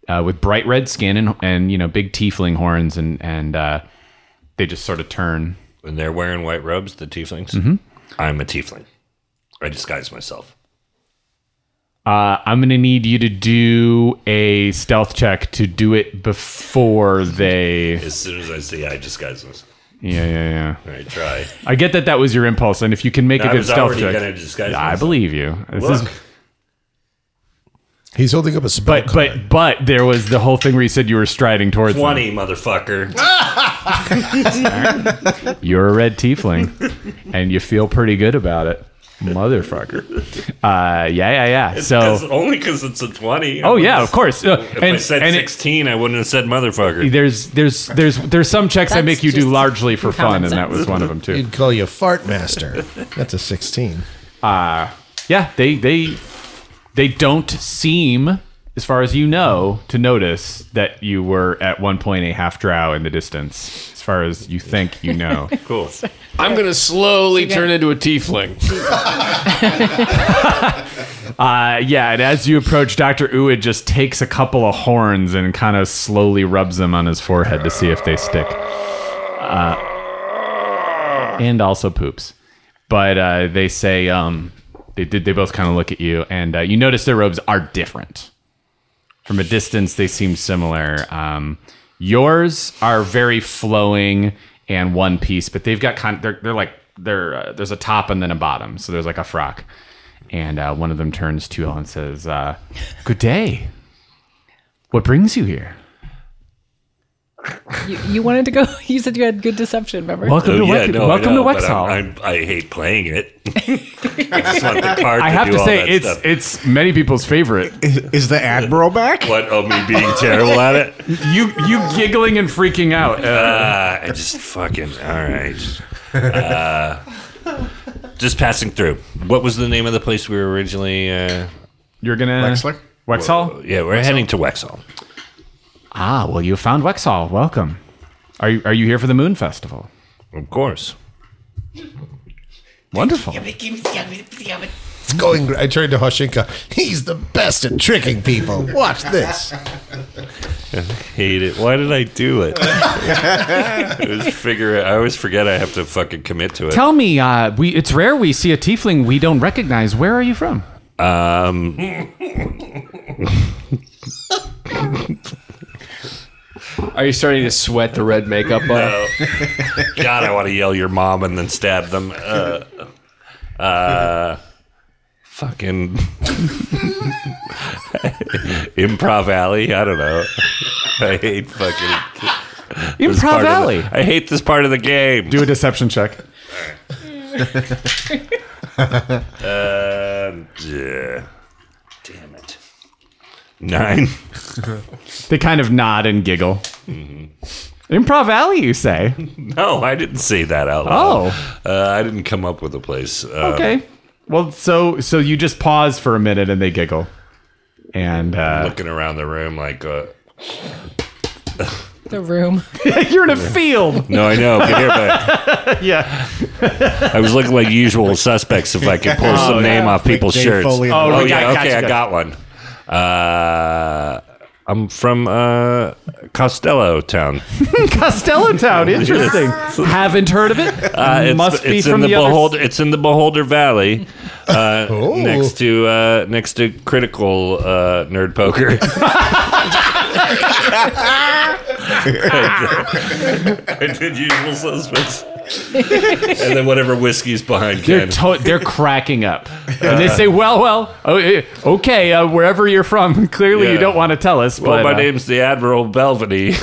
uh, with bright red skin and, and you know big tiefling horns and and uh, they just sort of turn
When they're wearing white robes, the tieflings. I'm a tiefling. I disguise myself.
Uh, I'm gonna need you to do a stealth check to do it before they. Yeah,
As soon as I see, I disguise myself.
yeah, yeah.
All right, try.
I get that that was your impulse, and if you can make a
I
good
was
stealth
already
check,
gonna disguise
I
myself.
believe you. This
Look,
is,
He's holding up a spell.
but but but there was the whole thing where you said you were striding towards them.
twenty, motherfucker.
You're a red tiefling, and you feel pretty good about it, motherfucker. Uh, yeah, yeah, yeah.
Because-
so,
only because it's a twenty. I
oh
wouldn't
yeah,
have-
of course. Uh,
If I said
and it-
sixteen, I wouldn't have said motherfucker.
there's there's there's there's some checks I
That's
make you do
just
largely for fun,
common
and that
sense.
was one of them too.
He'd call you fart master. That's a sixteen.
yeah they they they don't seem as far as you know to notice that you were at one point a half drow in the distance as far as you think you know
Cool.
I'm going to slowly turn into a tiefling.
uh, yeah and as you approach dr uid just takes a couple of horns and kind of slowly rubs them on his forehead to see if they stick uh, and also poops but uh, they say um, they, did. they both kind of look at you and uh, you notice their robes are different from a distance they seem similar um, yours are very flowing and one piece, but they've got kind. They're, they're like they're uh, there's a top and then a bottom, so there's like a frock. And uh, one of them turns to Elle and says, uh, "Good day. What brings you here?
You, you wanted to go. You said you had good deception. Remember?
Welcome
Oh,
to
yeah,
Wex-
no, I
welcome
know,
to
but
Wexhall.
I'm- I'm- I hate playing it. I just want the card
I
to
have
do
to
all
say
that
it's
stuff.
it's many people's favorite.
Is, is the admiral back?
What, of me being terrible at it?
You you giggling and freaking out. Uh,
Uh, I just fucking, all right. Uh, just passing through. What was the name of the place we were originally? Uh,
you're gonna
Wexler?
Wexhall.
yeah, we're heading to Wexhall.
Ah, well, you found Wexhall. Welcome. Are you are you here for the Moon Festival?
Of course.
Wonderful.
It's going. gr- I turned to Hoshinka. He's the best at tricking people. Watch this.
Hate it. Why did I do it? I always figure. I always forget I have to fucking commit to it.
Tell me, uh, we it's rare we see a tiefling we don't recognize. Where are you from?
Um,
Are you starting to sweat the red makeup on?
God, I want to yell your mom and then stab them. Uh, uh, fucking improv alley. I don't know. I hate fucking this
Improv
part of the-
Alley.
I hate this part of the game.
Do a deception check.
Uh, yeah. Damn it. Nine.
They kind of nod and giggle.
Mm-hmm.
Improv Alley, you say?
Uh, No, Oh, I didn't say that out loud.
Oh.
uh, I didn't come up with a place. Uh,
Okay. Well, so so you just pause for a minute and they giggle, and uh,
Looking around the room like. Uh,
The room.
you're in a field.
No, I know. But here, but
yeah.
I was looking like usual suspects if I could pull
Oh,
some name off people's
Dave
shirts.
Foley. Oh,
oh
we got-
yeah,
gotcha,
okay, I
gotcha.
got one. Uh, I'm from uh, Costello Town.
Costello Town. Interesting. Haven't heard of it.
Uh, it's,
Must be
it's
from
in
the, other.
Beholder. It's in the Beholder Valley, uh,
Oh.
next to uh, next to Critical uh, Nerd Poker. I did usual suspects, and then whatever whiskey's behind.
They're
Ken.
to- they're cracking up, and they say, "Well, well, oh, eh, okay, uh, wherever you're from, clearly you
Yeah.
don't want to tell us."
Well,
but,
my
uh,
name's the Admiral Belvany,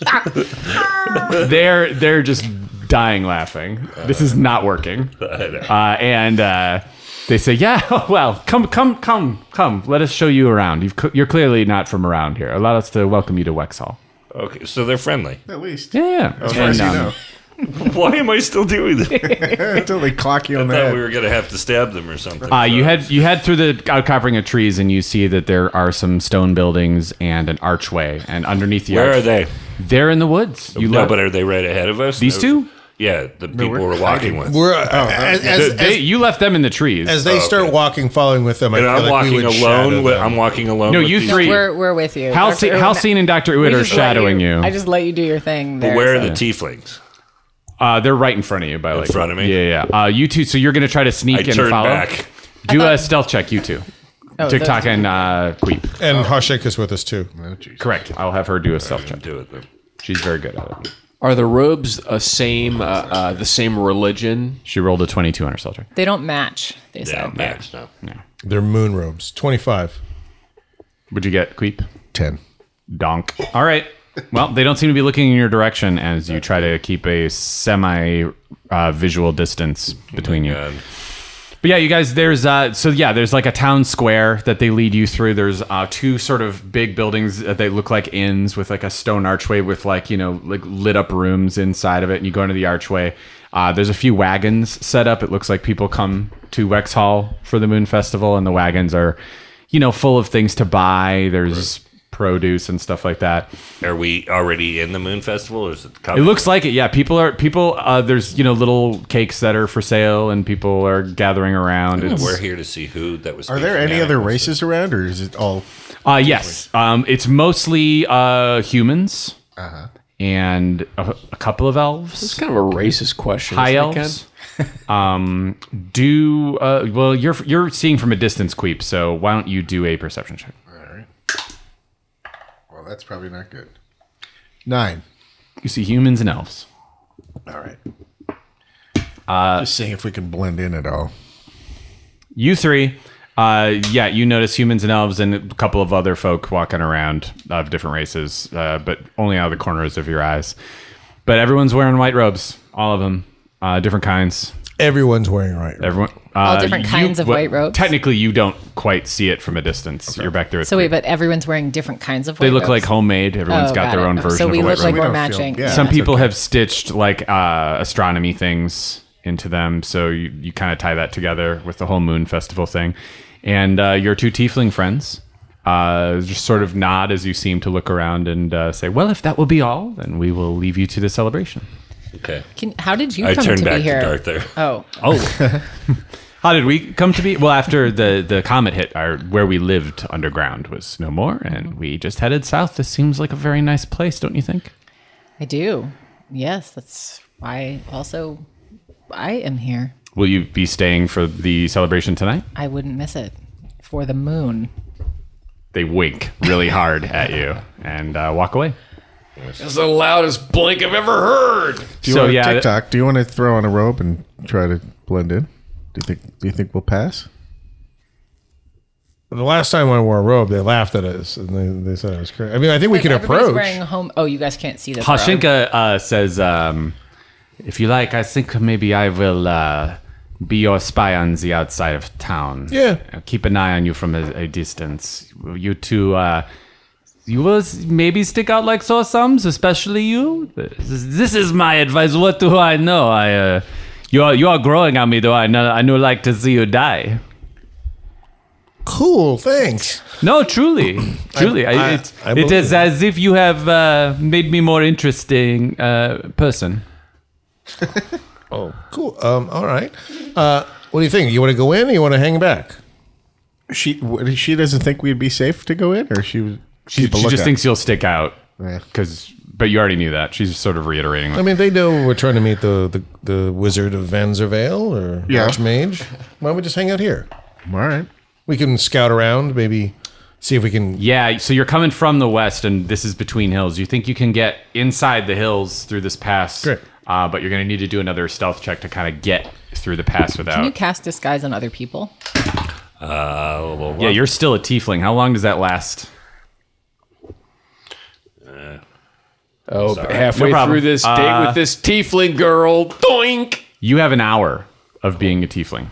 15.
They're they're just dying laughing. This is not working. Uh, and uh, they say, "Yeah, oh, well, come, come, come, come. Let us show you around. You've, cl- you're clearly not from around here. Allow us to welcome you to Wexhall."
Okay, so they're friendly.
At least.
Yeah, yeah.
As far as you
um,
know.
Why am I still doing this? I
Until they clock you on the
thought
head.
we were going to have to stab them or something.
Uh, you head you head through the outcropping of trees, and you see that there are some stone buildings and an archway, and underneath the
Where
arch-
are they?
They're in the woods. You
no,
look-
but are they right ahead of us?
These two?
Yeah, the people
we're
we're walking
hiding.
with.
We're uh, as, as,
They- you left them in the trees.
as they start walking, following with them. I
oh, and I'm
feel like we
walking
would shadow
alone. With,
them.
I'm walking alone.
No,
with
you
these-
three-
We're, we're with you.
Halcyon,
Dr. Uwin-
Halcyon and Doctor Uid
we
are
just let
shadowing you.
I just let you do your thing. There,
Where are
so-
the tieflings?
Uh, they're right in front of you. By like
front of me?
Yeah, yeah. Uh, you two. So you're gonna try to sneak
I
and
turn
follow.
back.
Do a stealth check. You two.
Oh, those-
TikTok and uh, Queep.
Oh.
and Hoshinka's with us too.
Correct. I'll have her do a stealth check.
Do it then.
She's very good at it.
Are the robes a same uh, uh, the same religion?
She rolled a 22 on her stealth check.
They don't match. They
Yeah,
said.
Max. No.
They're moon robes. Twenty five.
Would you get Queep?
Ten.
Donk. All right. Well, they don't seem to be looking in your direction as you try to keep a semi uh, visual distance between you. But yeah, you guys, there's uh, so yeah, there's like a town square that they lead you through. There's uh, two sort of big buildings that they look like inns with like a stone archway with like you know like lit up rooms inside of it, and you go into the archway. Uh, there's a few wagons set up. It looks like people come to Wexhall for the Moon Festival, and the wagons are, you know, full of things to buy. There's produce and stuff like that.
Are we already in the Moon Festival, or is it
It
coming?
looks like it. Yeah, people are people. Uh, there's you know little cakes that are for sale, and people are gathering around. It's-
we're here to see who that was.
Are there any
speaking
other
animals.
races around, or is it all?
Uh, yes. Um, it's mostly uh, humans and a, a couple of
It's
elves.
kind of a racist question.
High
isn't it,
elves. um, do uh, well. You're you're seeing from a distance, Queep. So why don't you do a perception check?
Well, that's probably not good. Nine.
You see humans and elves.
All right. Just seeing if we can blend in at all.
You three, uh, yeah, you notice humans and elves and a couple of other folk walking around of different races, uh, but only out of the corners of your eyes. But everyone's wearing white robes, all of them, uh, different kinds.
Everyone's wearing right.
Everyone, uh,
different kinds of white robes?
Technically, you don't quite see it from a distance. You're back there. At
So
three.
wait, but everyone's wearing different kinds of.
they
white
look
robes.
like homemade. Everyone's
Oh,
got their
it.
own
Oh,
version.
So
of
we
a white
look like
robe.
we're
don't feel-
matching.
yeah.
Some people have stitched like uh, astronomy things into them, so you, you kind of tie that together with the whole moon festival thing. And uh, your two tiefling friends uh, just sort of nod as you seem to look around and uh, say, "Well, if that will be all, then we will leave you to the celebration."
Okay.
Can, how did you
I
come
turned
to
back
be here?
to Darth there.
Oh,
Oh, how did we come to be? Well, after the the comet hit, our where we lived underground was no more, and we just headed south. This seems like a very nice place, don't you think?
I do. Yes, that's why. Also, I am here.
Will you be staying for the celebration tonight?
I wouldn't miss it for the moon.
they wink really hard at you and uh, walk away.
That's the loudest blink I've ever heard.
Do you
So,
want to
yeah, th-
TikTok? Do you want to throw on a robe and try to blend in? Do you think? Do you think we'll pass?
The last time I wore a robe, they laughed at us and they, they said I was crazy. I mean, I think we
Like,
could
everybody's
approach.
Wearing home. Oh, you guys can't see this. robe.
Hashinka uh, says, um, "If you like, I think maybe I will uh, be your spy on the outside of town.
Yeah.
Uh, keep an eye on you from a, a distance. You two, uh, you will s- maybe stick out like sore thumbs, especially you. This, this is my advice. What do I know? I." Uh, you are, you are growing on me, though. I know, I know like to see you die.
cool, thanks.
No, truly, truly, I,
I-
it,
I
it
believe
is as if you have uh, made me more interesting uh, person.
Cool. Um, all right. Uh, what do you think? You want to go in or you want to hang back?
She what, she doesn't think we'd be safe to go in, or she was.
She,
keep a
she just
lookout?
thinks you'll stick out
Yeah.
because, but you already knew that. She's sort of reiterating.
I mean, they know we're trying to meet the, the, the wizard of Vanzervale or
Yeah.
Archmage. Why don't we just hang out here?
All right.
We can scout around, maybe see if we can.
yeah, so you're coming from the west, and this is between hills. You think you can get inside the hills through this pass,
Great.
uh, but you're going to need to do another stealth check to kind of get through the pass
Can you
without.
cast disguise on other people?
yeah, you're still a tiefling. How long does that last?
Oh,
Halfway through this date
Uh,
with this tiefling girl, doink.
You have an hour of being a tiefling.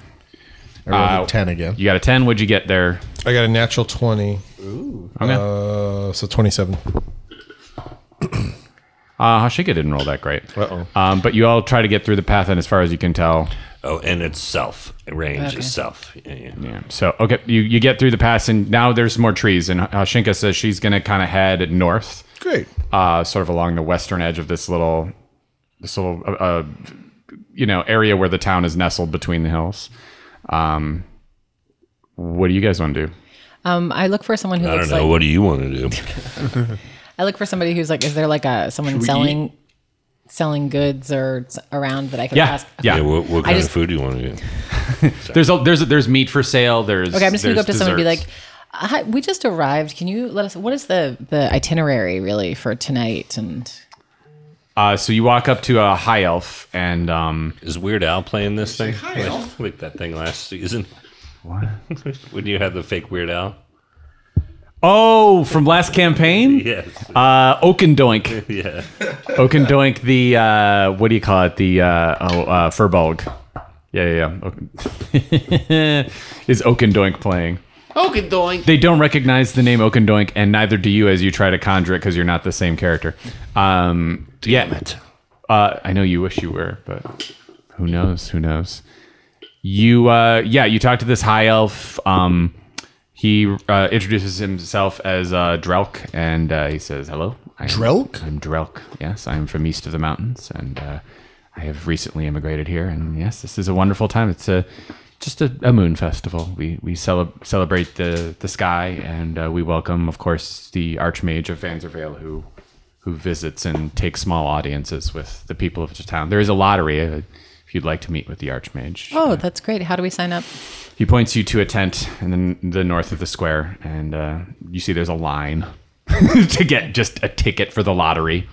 I rolled a
Uh,
ten again.
You got a ten. What'd you get there?
I got a natural 20,
Okay.
uh, so 27.
Uh, Hashika didn't roll that great. Um, but you all try to get through the path, and as far as you can tell,
Oh, and it's self. Range is self. Yeah, yeah.
yeah. So okay, you, you get through the pass, and now there's more trees. And Hashinka says she's gonna kind of head north,
Great.
uh, sort of along the western edge of this little, this little, uh, uh, you know, area where the town is nestled between the hills. Um, what do you guys want to do?
Um, I look for someone who
I don't
looks
know.
like.
what do you want to do?
I look for somebody who's like. Is there like a someone selling, selling goods or s- around that I could
Yeah,
ask?
yeah.
Yeah, what, what
I
kind
just-
of food do you want to do?
There's a, there's there's meat for sale. There's
Okay, I'm just gonna go up to
there's
someone and be
desserts.
like, Hi, "We just arrived. Can you let us? What is the the itinerary really for tonight?" And
Uh, so you walk up to a high elf, and um,
Is Weird Al playing this thing? Hi, like, like that thing last season. What? when you had the fake Weird Al?
oh, from last campaign.
Yes.
Uh, Oakendoink.
yeah.
Oakendoink, the, uh, what do you call it? The, uh, oh, uh, Furbolg. Yeah, yeah, yeah. Oaken- Is Oakendoink playing?
Oakendoink.
They don't recognize the name Oakendoink, and neither do you as you try to conjure it because you're not the same character. Um, yeah. Uh, I know you wish you were, but who knows? Who knows? You, uh, yeah, you talk to this high elf. Um, he uh, introduces himself as uh, Drelk, and uh, he says, "Hello, I am-
Drelk?
I'm Drelk. Yes, I'm from east of the mountains, and uh, I have recently immigrated here. And yes, this is a wonderful time. It's a just a, a moon festival. We we celeb celebrate the the sky, and uh, we welcome, of course, the Archmage of Vanzervale, who who visits and takes small audiences with the people of the town. There is a lottery. uh, If you'd like to meet with the Archmage,
oh, that's great. How do we sign up?
he points you to a tent in the, the north of the square, and uh, you see there's a line to get just a ticket for the lottery.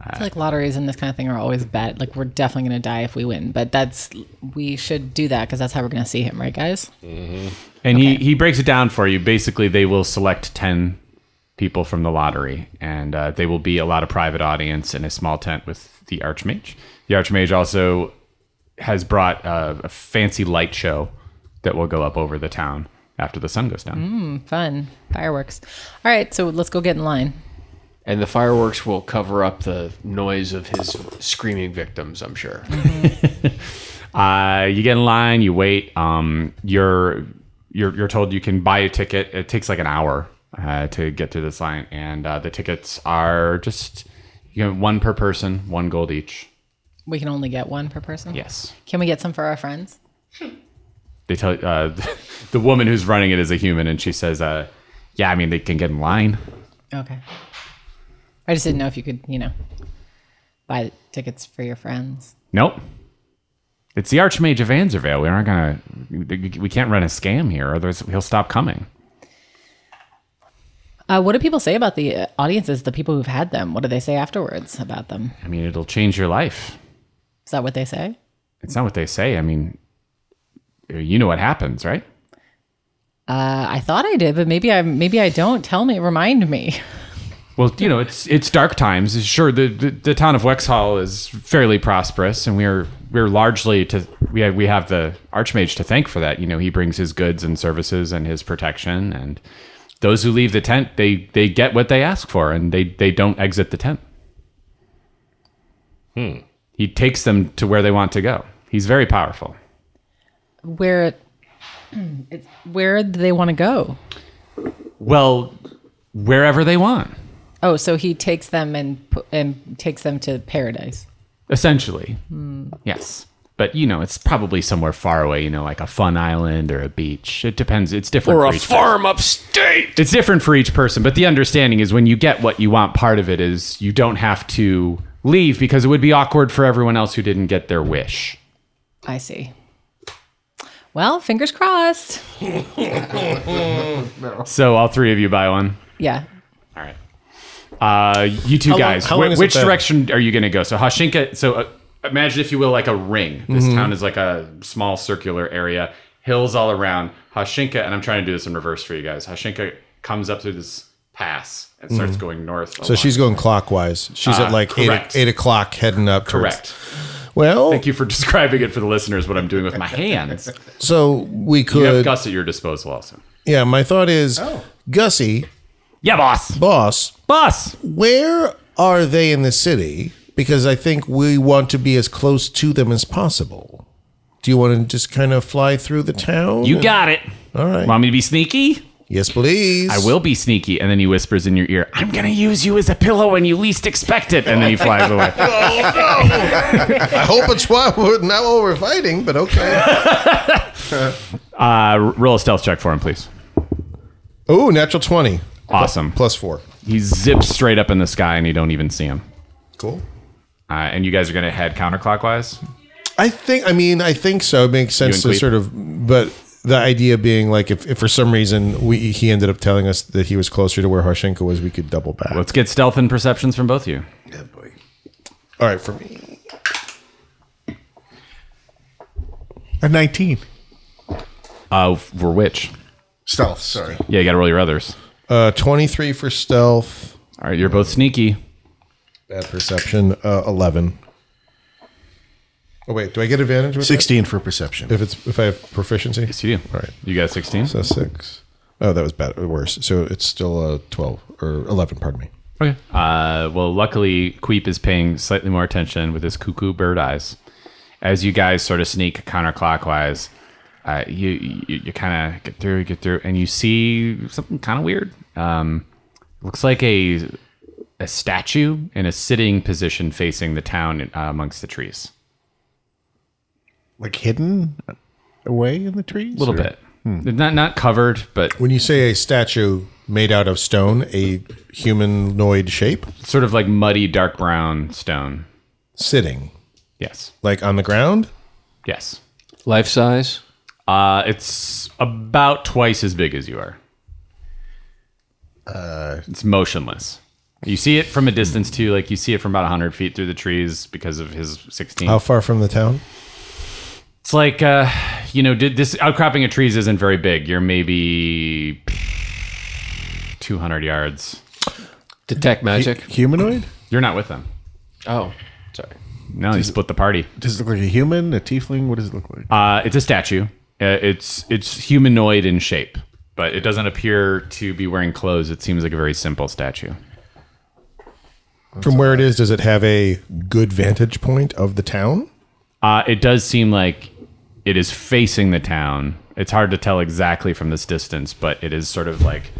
I feel like lotteries and this kind of thing are always bet. Like we're definitely going to die if we win, but that's we should do that because that's how we're going to see him, right, guys?
And he, he breaks it down for you. Basically, they will select 10 people from the lottery, and uh, they will be a lot of private audience in a small tent with the Archmage. The Archmage also has brought uh, a fancy light show that will go up over the town after the sun goes down.
Fun fireworks. All right, so let's go get in line.
And the fireworks will cover up the noise of his screaming victims, I'm sure.
Uh, you get in line, you wait. Um, you're you're you're told you can buy a ticket. It takes like an hour uh, to get to this line, and uh, the tickets are just you know one per person, one gold each.
We can only get one per person.
Yes,
Can we get some for our friends?
they tell uh, the woman who's running it is a human, and she says, uh, "Yeah, I mean they can get in line."
Okay. I just didn't know if you could, you know, buy tickets for your friends.
Nope. It's the Archmage of Anzervale. We aren't gonna. We can't run a scam here, otherwise he'll stop coming.
Uh, what do people say about the uh, audiences? The people who've had them. What do they say afterwards about them?
I mean, it'll change your life.
Is that what they say?
It's not what they say. I mean, you know what happens, right?
Uh, I thought I did, but maybe I maybe I don't. Tell me. Remind me.
Well, you know, it's it's dark times. Sure, the, the, the town of Wexhall is fairly prosperous, and we are we're largely to we have, we have the archmage to thank for that. You know, he brings his goods and services and his protection, and those who leave the tent, they they get what they ask for, and they they don't exit the tent. Hmm. He takes them to where they want to go. He's very powerful.
Where it, it's, where do they want to go?
Well, wherever they want.
Oh, so he takes them and pu- and takes them to paradise.
essentially. Yes. But you know, it's probably somewhere far away. You know, like a fun island or a beach. It depends. It's different
or
for
a
each.
farm upstate.
it's different for each person. But the understanding is when you get what you want, part of it is you don't have to leave because it would be awkward for everyone else who didn't get their wish.
I see. Well, fingers crossed.
So all three of you buy one.
Yeah.
All right. Uh, you two guys,
how
wh-
long is it
which
been?
direction are you going to go? So Hashinka, so uh, imagine if you will like a ring. This
Mm-hmm.
town is like a small circular area, hills all around. Hashinka, and I'm trying to do this in reverse for you guys. Hashinka comes up through this pass and starts going north.
Mm-hmm. So she's going clockwise. She's at like
Ah, correct.
eight, eight o'clock heading up. towards-
correct.
Well,
Thank you for describing it for the listeners what I'm doing with my hands.
so we
You have
could.
Gus Oh. at your disposal also.
Yeah, my thought is Gussie,
Yeah, boss.
boss,
Boss.
where are they in the city? Because I think we want to be as close to them as possible. Do you want to just kind of fly through the town?
You got it.
All right.
Want me to be sneaky?
yes, please.
I will be sneaky. And then he whispers in your ear, I'm going to use you as a pillow when you least expect it. And then he flies away.
I hope it's why we're not what we're fighting, but okay.
Uh, r- roll a stealth check for him, please.
Ooh, natural 20.
Awesome.
Plus four.
He zips straight up in the sky and you don't even see him.
Cool.
Uh, and you guys are going to head counterclockwise?
I think. I mean, I think so. It makes sense
and
to
Cleve?
sort of, but the idea being like, if, if for some reason we he ended up telling us that he was closer to where Harshenko was, we could double back.
Let's get stealth and perceptions from both of you.
All right, for me,
A 19.
Uh, for which?
Stealth, sorry.
Yeah, you got to roll your others.
uh, twenty three for stealth,
All right, you're both sneaky.
bad perception, uh, eleven. Oh wait, do I get advantage with that?
16 for perception.
if it's if I have proficiency?
Yes, you do.
All right,
You got 16?
so six. Oh, that was bad, worse. So it's still uh, twelve or eleven. Pardon me.
Okay. Uh, well, luckily, Queep is paying slightly more attention with his cuckoo bird eyes. As you guys sort of sneak counterclockwise, uh, you you, you kind of get through, get through, and you see something kind of weird. Um, looks like a a statue in a sitting position facing the town uh, amongst the trees.
Like hidden away in the trees?
A little bit,
Hmm.
not not covered, but
When you say a statue made out of stone, a humanoid shape
sort of like muddy, dark brown stone.
sitting
Yes,
like on the ground.
yes.
Life size?
Uh, it's about twice as big as you are. Uh, it's motionless. You see it from a distance too, like you see it from about hundred feet through the trees because of his sixteen.
How far from the town?
It's like uh, you know, did this outcropping of trees isn't very big. You're maybe two hundred yards.
Detect magic.
Humanoid?
You're not with them.
Oh, sorry.
No, you split the party.
Does it look like a human, a tiefling? What does it look like?
Uh, it's a statue. Uh, it's it's humanoid in shape, but it doesn't appear to be wearing clothes. It seems like a very simple statue. Uh,
From where it is, does it have a good vantage point of the town?
Uh, it does seem like it is facing the town. It's hard to tell exactly from this distance, but it is sort of like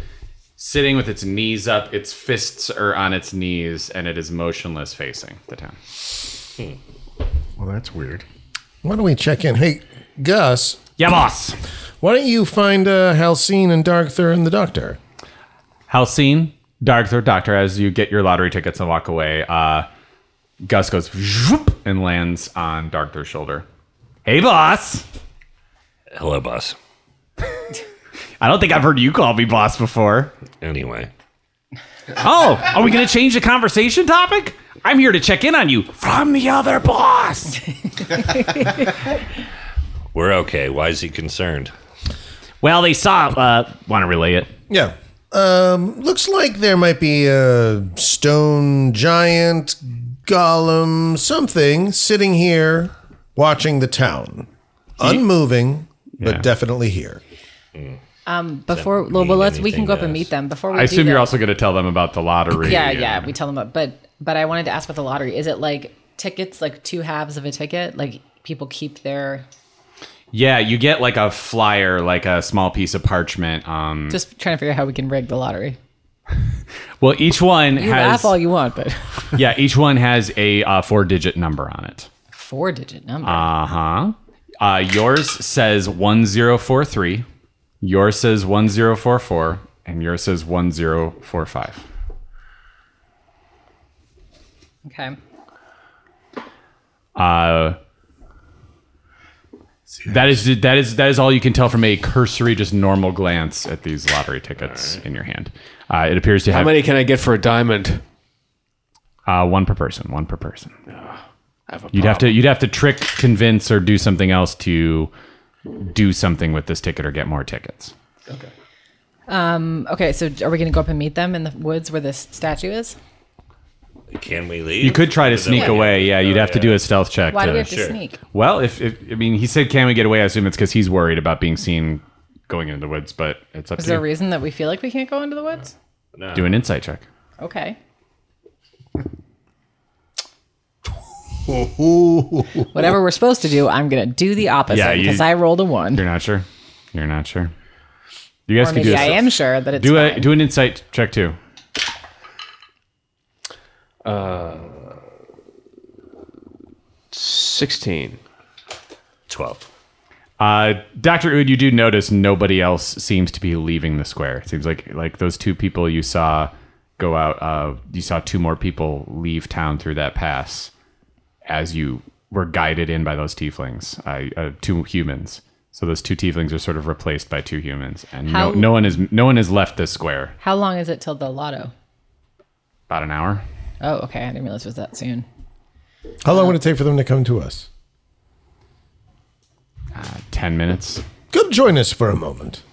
sitting with its knees up, its fists are on its knees, and it is motionless facing the town.
Well, that's weird.
Why don't we check in? Hey, Gus,
Yeah, boss.
why don't you find uh, Halcyon and Darkthor and the Doctor?
Halcyon, Darkthor, Doctor, as you get your lottery tickets and walk away, uh, Gus goes zhoop and lands on Darkthor's shoulder. Hey, boss.
Hello, boss.
I don't think I've heard you call me boss before.
Anyway,
Oh, are we going to change the conversation topic? I'm here to check in on you from the other boss.
we're okay. Why is he concerned?
Well, they saw. Uh, Want to relay it?
Yeah. Um, looks like there might be a stone giant, golem, something sitting here watching the town. Unmoving, but definitely here.
Before, well,
mean
let's we can
anything
go up
to
and
us?
meet them before we.
I
do
assume
that-
you're also going to tell them about the lottery.
Yeah, yeah, we tell them up. But but I wanted to ask about the lottery. Is it like tickets, like two halves of a ticket? Like people keep their
Yeah, you get like a flyer, like a small piece of parchment. Um,
just trying to figure out how we can rig the lottery.
well, each one
You
has
laugh all you want, but
yeah, each one has a uh, four-digit number on it.
four digit number.
Uh-huh. Uh Yours says one zero four three. Yours says one zero four four, and yours says one zero four five.
okay.
That is that is that is all you can tell from a cursory, just normal glance at these lottery tickets in your hand. Uh, it appears to
How
have
many can I get for a diamond?
uh, one per person. One per person.
I have a
You'd have to you'd have to trick, convince, or do something else to do something with this ticket or get more tickets.
Okay, so are we going to go up and meet them in the woods where this statue is?
Can we leave?
You could try to sneak
Yeah.
away. Yeah, you'd have to do a stealth check.
Why
to,
do we have to sneak?
Well, if, if I mean, he said, "Can we get away?" I assume it's because he's worried about being seen going into the woods. But it's up
Is
to
there a
you.
reason that we feel like we can't go into the woods?
do an insight check.
Okay. Whatever we're supposed to do, I'm going to do the opposite
Yeah, you-
because I rolled a one.
You're not sure. You're not sure. You guys
Or
could do
maybe
a,
I am sure that it's
do a
fine.
do an insight check too.
Sixteen.
Twelve.
Uh, Doctor Ood, you do notice nobody else seems to be leaving the square. It seems like like those two people you saw go out. Uh, you saw two more people leave town through that pass as you were guided in by those tieflings, uh, uh, two humans. So those two tieflings are sort of replaced by two humans, and
How-
no, no one is no one has left this square.
How long is it till the lotto?
About an hour.
Oh, okay. I didn't realize it was that soon.
How long would it take for them to come to us?
Ten minutes.
Come join us for a moment.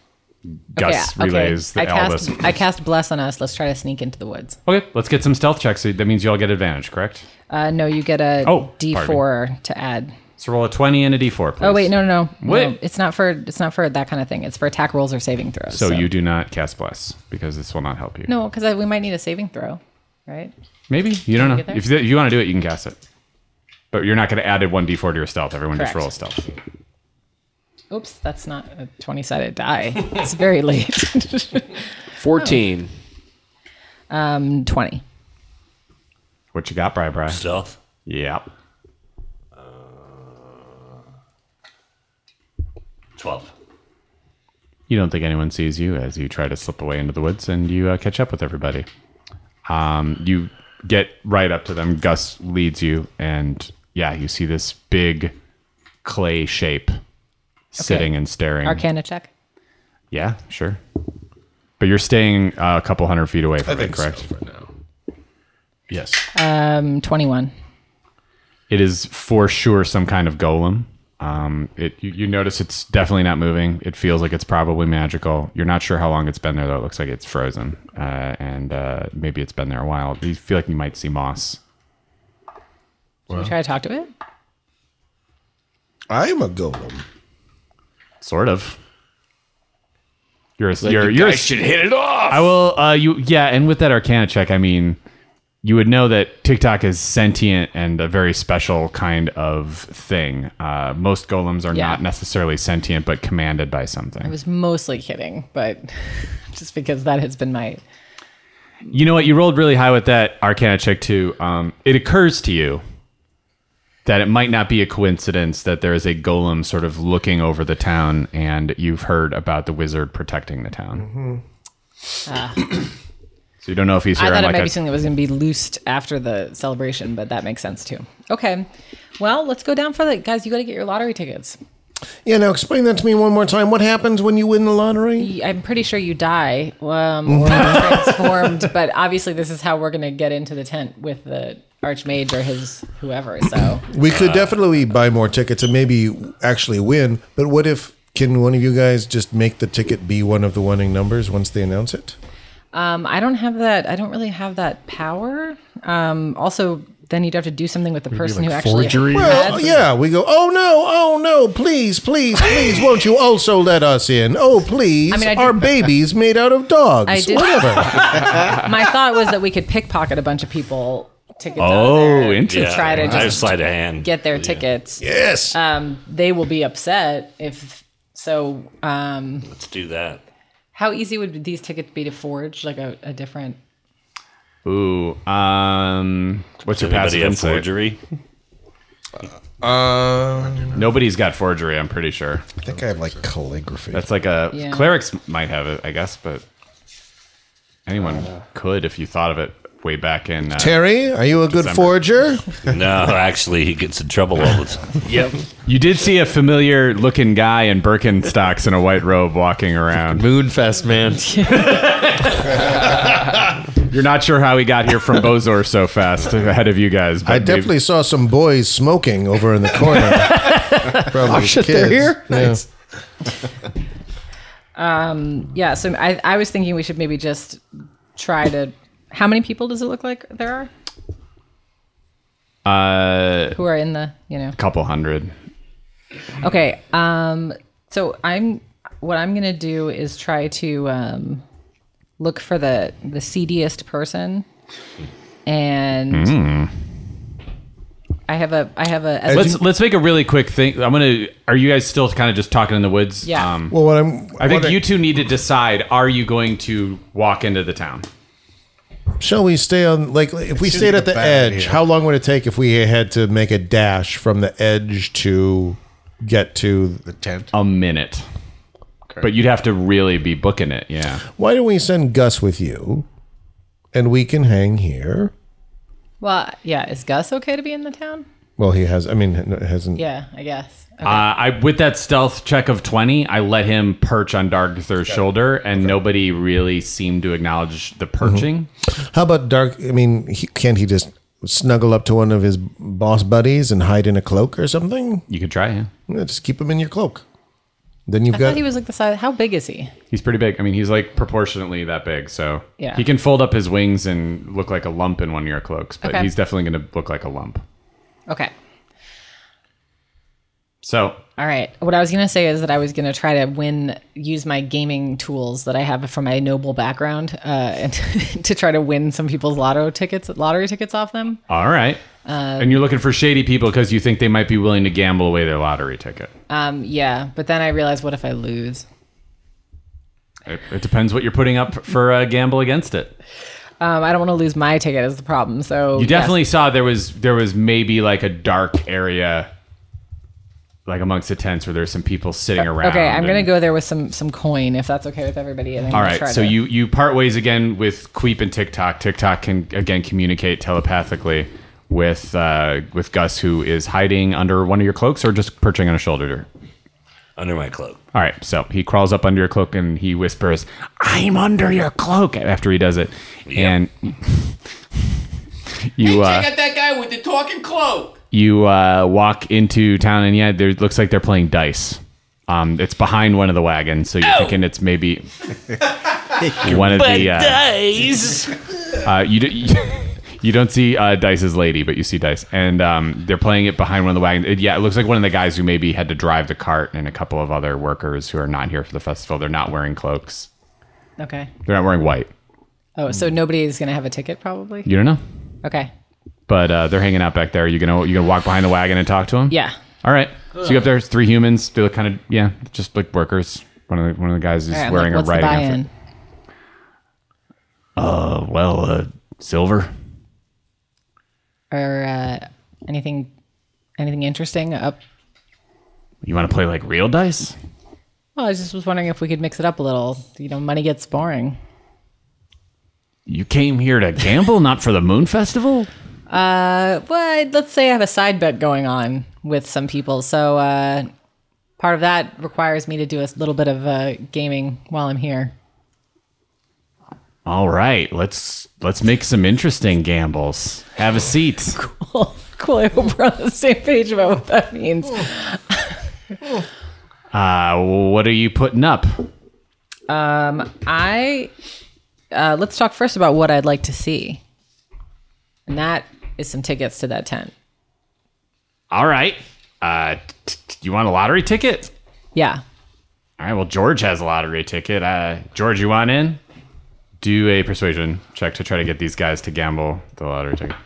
Gus
Yeah,
relays
I
the all
cast,
this.
I cast bless on us. Let's try to sneak into the woods.
Okay, let's get some stealth checks. So that means you all get advantage, correct?
Uh, no, you get a
Oh, pardon
4 to add.
So roll a twenty and a d4, please.
Oh wait, no, no, no.
Wait.
no. It's not for it's not for that kind of thing. It's for attack rolls or saving throws.
So, you do not cast bless because this will not help you.
no, because we might need a saving throw, right?
Maybe you don't know.
get there?
If, you- if you want to do it, you can cast it, but you're not going to add a one d4 to your stealth. Everyone just
Correct.
roll a stealth.
Oops, that's not a twenty-sided die. It's very late.
Fourteen.
um, Twenty.
What you got, Bri Bri?
Stealth.
Yep.
Twelve.
You don't think anyone sees you as you try to slip away into the woods, and you uh, catch up with everybody. Um, you get right up to them. Gus leads you, and yeah, you see this big clay shape sitting and staring.
Arcana check.
Yeah, sure. But you're staying uh, a couple hundred feet away from it, correct?
for now.
Yes.
Um, 21.
It is for sure some kind of golem. Um, it you, you notice it's definitely not moving. It feels like it's probably magical. You're not sure how long it's been there though. It looks like it's frozen, uh, and uh, maybe it's been there a while. You feel like you might see moss.
Should we try to talk to it?
I'm a golem.
Sort of. You're a, you're you're a,
I should hit it off.
I will. Uh, you yeah, and with that Arcana check, I mean, you would know that TikTok is sentient and a very special kind of thing. Uh, most golems are
Yeah.
not necessarily sentient, but commanded by something.
I was mostly kidding, but just because that has been my.
you know what? You rolled really high with that Arcana check too. Um, it occurs to you that it might not be a coincidence that there is a golem sort of looking over the town, and you've heard about the wizard protecting the town. so you don't know if he's
Uh. I
here. on
thought it
like
might
a-
be something that was going to be loosed after the celebration, but that makes sense too. Okay. Well, let's go down for the Guys, you got to get your lottery tickets.
Yeah, now explain that to me one more time. What happens when you win the
Y-
lottery?
I'm pretty sure you die um, or transformed, but obviously, this is how we're going to get into the tent with the archmage or his whoever. So
We could definitely buy more tickets and maybe actually win, but what if can one of you guys just make the ticket be one of the winning numbers once they announce it?
um, I don't have that. I don't really have that power. Um, also, then you'd have to do something with the person who actually.
forgery?
Well, yeah, we go, oh no, oh no, please, please, please, won't you also let us in? Oh, please,
I mean, I
our
did-
babies made out of dogs.
I did-
Whatever.
My thought was that we could pickpocket a bunch of people tickets. out
Oh,
there
interesting.
To try to
I
just
slide a hand.
get their tickets.
yes.
Um, they will be upset if so. Um,
Let's do that.
how easy would these tickets be to forge? Like a, a different.
Ooh, um, what's your
Anybody
passive
have
insight?
forgery?
Nobody's got forgery. I'm pretty sure
I think I have like calligraphy.
that's like a
Yeah.
clerics might have it, I guess, but anyone
Uh.
could if you thought of it way back in. Uh,
Terry, are you a good forger?
No, actually, he gets in trouble all the time.
you did see a familiar-looking guy in Birkenstocks in a white robe walking around.
Moonfest, man.
You're not sure how he got here from Bozor so fast ahead of you guys. But
I
we've-
definitely saw some boys smoking over in the corner. Probably
shit,
kids.
they're here?
Yeah.
Nice.
Yeah. So I, I was thinking we should maybe just try to. How many people does it look like there are? Uh, who are in the you know?
couple hundred.
Okay. Um. So I'm. What I'm gonna do is try to um, look for the the seediest person, and I have a I have a.
Let's let's make a really quick thing. I'm gonna. Are you guys still kind of just talking in the woods? Um,
Yeah.
Well, what I'm,
I think you two need to decide: Are you going to walk into the town?
shall we stay on? Like, if we
shouldn't
stayed
be
at the
bad
edge,
idea.
how long would it take if we had to make a dash from the edge to get to?
the tent.
a minute. But you'd have to really be booking it, yeah.
Why don't we send Gus with you, and we can hang here?
Well, yeah. Is Gus okay to be in the town?
Well, he has. I mean, it hasn't.
Yeah, I guess. Okay.
Uh, I with that stealth check of twenty, I let him perch on Dargthur's shoulder, and nobody really seemed to acknowledge the perching.
How about Dark? I mean, he, can't he just snuggle up to one of his boss buddies and hide in a cloak or something?
You could try him.
Yeah, just keep him in your cloak. Then you've
I
got.
thought he was like the size. How big is he?
He's pretty big. I mean, he's like proportionately that big, so
Yeah.
he can fold up his wings and look like a lump in one of your cloaks. But
Okay.
he's definitely going to look like a lump.
Okay.
So
All right. What I was going to say is that I was going to try to win, use my gaming tools that I have from my noble background uh, and to try to win some people's lotto tickets, lottery tickets off them.
all right,
Um,
and you're looking for shady people because you think they might be willing to gamble away their lottery ticket.
Um, yeah. But then I realized, what if I lose?
It, it depends what you're putting up for a gamble against it.
Um, I don't want to lose my ticket is the problem. So
You definitely saw there was there was maybe like a dark area, like amongst the tents where there's some people sitting around.
Uh, Okay, I'm gonna
and-
go there with some some coin if that's okay with everybody. And I'm
All
gonna
right,
try
so
to-
you you part ways again with Queep and TikTok. TikTok can again communicate telepathically with uh, with Gus, who is hiding under one of your cloaks or just perching on a shoulder.
Under my cloak.
All right, so he crawls up under your cloak and he whispers, "I'm under your cloak." After he does it, and You uh,
Check out that guy with the talking cloak.
you uh, walk into town and yeah there looks like they're playing dice um, it's behind one of the wagons so you're thinking it's maybe one of the uh, uh, you, do, you don't see uh, dice's lady but you see dice and um, they're playing it behind one of the wagons It- yeah it looks like one of the guys who maybe had to drive the cart and a couple of other workers who are not here for the festival they're not wearing cloaks
Okay.
they're not wearing white
Oh, so nobody's gonna have a ticket probably.
you don't know
Okay. but
but uh, they're hanging out back there you gonna you gonna walk behind the wagon and talk to them
Yeah.
All right. So you go up there. It's three humans. They look kind of yeah, just like workers. One of the one of the guys is
All right, I'm
wearing
like, what's the
a riding outfit.
buy-in?
Uh, well, uh, silver.
Or uh, anything, anything interesting up?
You want to play like real dice?
Well, I just was wondering if we could mix it up a little. You know, money gets boring.
You came here to gamble, not for the moon festival.
Well, I'd- let's say I have a side bet going on with some people. So uh, part of that requires me to do a little bit of uh, gaming while I'm here.
All right, let's let's make some interesting gambles. Have a seat.
cool. I hope we're on the same page about what that means.
Uh, what are you putting up?
I uh, let's talk first about what I'd like to see, and that is some tickets to that tent.
All right. Uh, t- t- you want a lottery ticket?
Yeah.
All right. Well, George has a lottery ticket. Uh, George, you want in?
Do a persuasion check to try to get these guys to gamble the lottery ticket.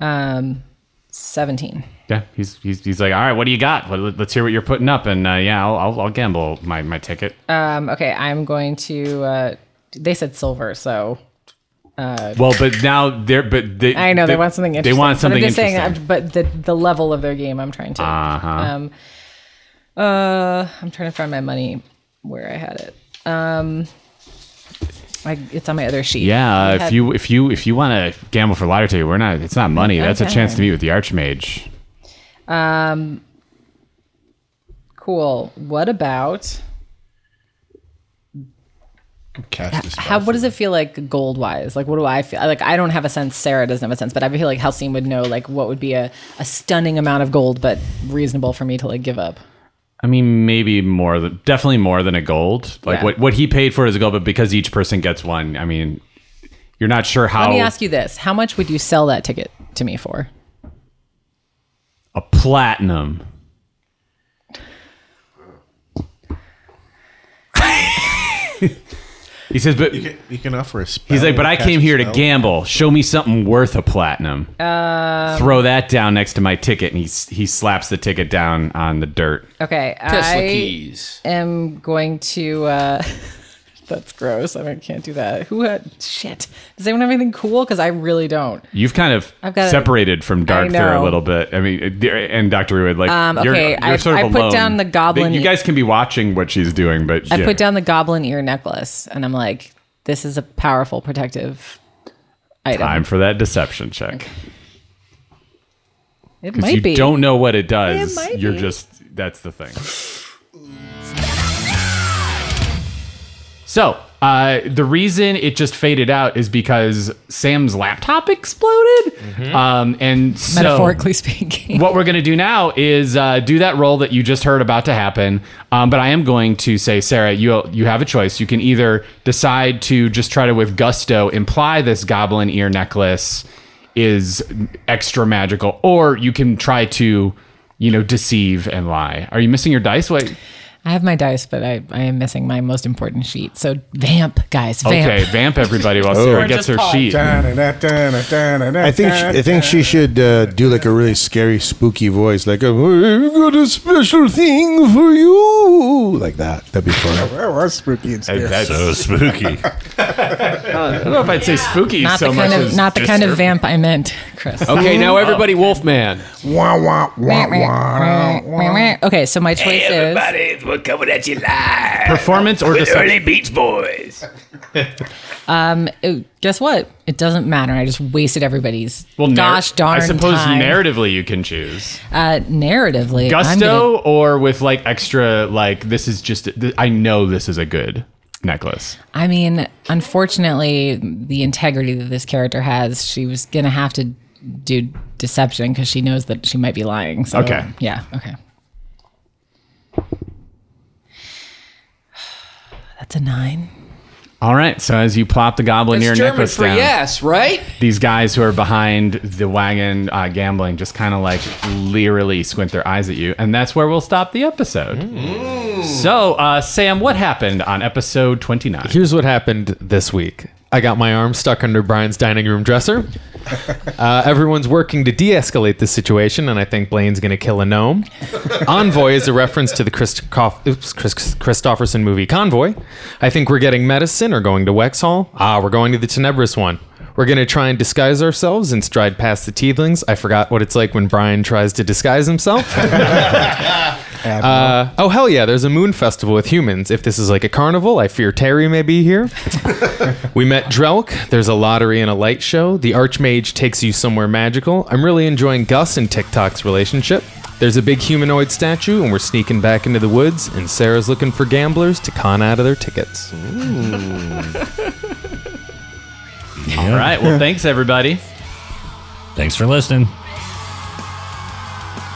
Um, seventeen.
Yeah, he's he's, he's like, all right, what do you got? Let, let's hear what you're putting up, and uh, yeah, I'll, I'll I'll gamble my my ticket.
Um, okay, I'm going to. Uh, they said silver, so
well, but now they're but they,
I know they, want something interesting.
They want
but
something
I'm just
interesting.
Saying, I'm- but the the level of their game, I'm trying to.
uh-huh.
Um, uh, I'm trying to find my money where I had it. Um, I, it's on my other sheet.
yeah,
We had-
uh, if you if you if you want to gamble for lottery ticket, we're not. It's not money. That's a
Okay.
chance to meet with the archmage.
Cool. What about
Cast a spell.
how? What does it feel like gold wise? Like, what do I feel? Like, I don't have a sense. Sarah doesn't have a sense, but I feel like Halcyon would know. Like, what would be a, a stunning amount of gold, but reasonable for me to like give up.
I mean, maybe more than definitely more than a gold. Like
Yeah.
what what he paid for is a gold, but because each person gets one, I mean, you're not sure how
Let me ask you this: How much would you sell that ticket to me for?
a platinum. he says, but he's
You can offer a spell.
like, but I
cast
came
a
here to
spell.
gamble. Show me something worth a platinum.
Uh,
Throw that down next to my ticket, and he s- he slaps the ticket down on the dirt.
Okay,
Tesla
I
keys.
am going to. Uh, that's gross. I mean, can't do that. Who had shit? Does anyone have anything cool? Because I really don't.
You've kind of
I've got a-
separated from Dark
I
there a
know.
little bit. I mean, it- there- and Doctor Ruid, like,
Um,
you're,
okay,
you're
I-
sort of
I put
alone.
down the goblin-
You guys can be watching what she's doing, but
I
yeah.
put down the goblin ear necklace, and I'm like, this is a powerful protective item.
time for that deception check
It
because
might
you
be.
don't know what it does.
might
you're
be.
just that's the thing. So uh, the reason it just faded out is because Sam's laptop exploded, um, and so
Mm-hmm. metaphorically speaking.
what we're going to do now is uh, do that roll that you just heard about to happen. Um, but I am going to say, Sarah, you you have a choice. You can either decide to just try to, with gusto, imply this goblin ear necklace is extra magical, or you can try to, you know, deceive and lie. Are you missing your dice? Wait.
I have my dice, but I, I am missing my most important sheet. So vamp, guys, vamp.
Okay, vamp everybody
Oh.
while Sarah gets her sheet.
I
I think she, I think she should uh, do like a really scary, spooky voice, like a, "I've got a special thing for you," like that. That'd be fun.
spooky and scary.
That's-
So spooky.
I don't know if I'd say spooky
Not
so
the
much
kind of
as
not the kind of
disturbing.
vamp I meant, Chris.
Okay, now everybody, Wolfman.
Wah, wah, wah, wah, wah.
okay, so my choice is
we're coming at you live.
performance or deception.
Beach Boys.
Ooh, guess what? It doesn't matter. I just wasted everybody's
Well, nar-
gosh darn
I suppose
time.
narratively you can choose.
uh, narratively, I'm
gusto
gonna-
or with like extra like this is just th- i know this is a good
necklace.
I mean, unfortunately, the integrity that this character has, she was gonna have to do deception because she knows that she might be lying. So,
Okay.
Yeah. Okay. That's a nine.
All right. So as you plop the goblin near
That's German
necklace
for
down,
yes, right?
these guys who are behind the wagon uh, gambling just kind of like leerily squint their eyes at you, and that's where we'll stop the episode.
Mm.
So, uh, Sam, what happened on episode twenty nine?
Here's what happened this week. I got my arm stuck under Brian's dining room dresser. Uh, everyone's working to de escalate this situation, and I think Blaine's going to kill a gnome. Envoy is a reference to the Christoff- oops, Chris- Christofferson movie Convoy. I think we're getting medicine or going to Wexhall. Ah, we're going to the Tenebris one. We're going to try and disguise ourselves and stride past the Teethlings. I forgot what it's like when Brian tries to disguise himself. Uh, oh hell yeah! There's a moon festival with humans. If this is like a carnival, I fear Terry may be here. we met Drelk. There's a lottery and a light show. The Archmage takes you somewhere magical. I'm really enjoying Gus and TikTok's relationship. There's a big humanoid statue, and we're sneaking back into the woods. And Sarah's looking for gamblers to con out of their tickets.
All right. Well, thanks everybody.
Thanks for listening.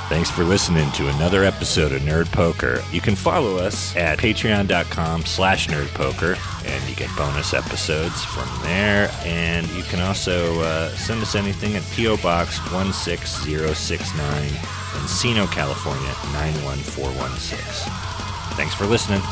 Thanks for listening to another episode of Nerd Poker. You can follow us at patreon.com slash nerdpoker, and you get bonus episodes from there. And you can also uh, send us anything at P.O. Box 16069, Encino, California 91416. Thanks for listening.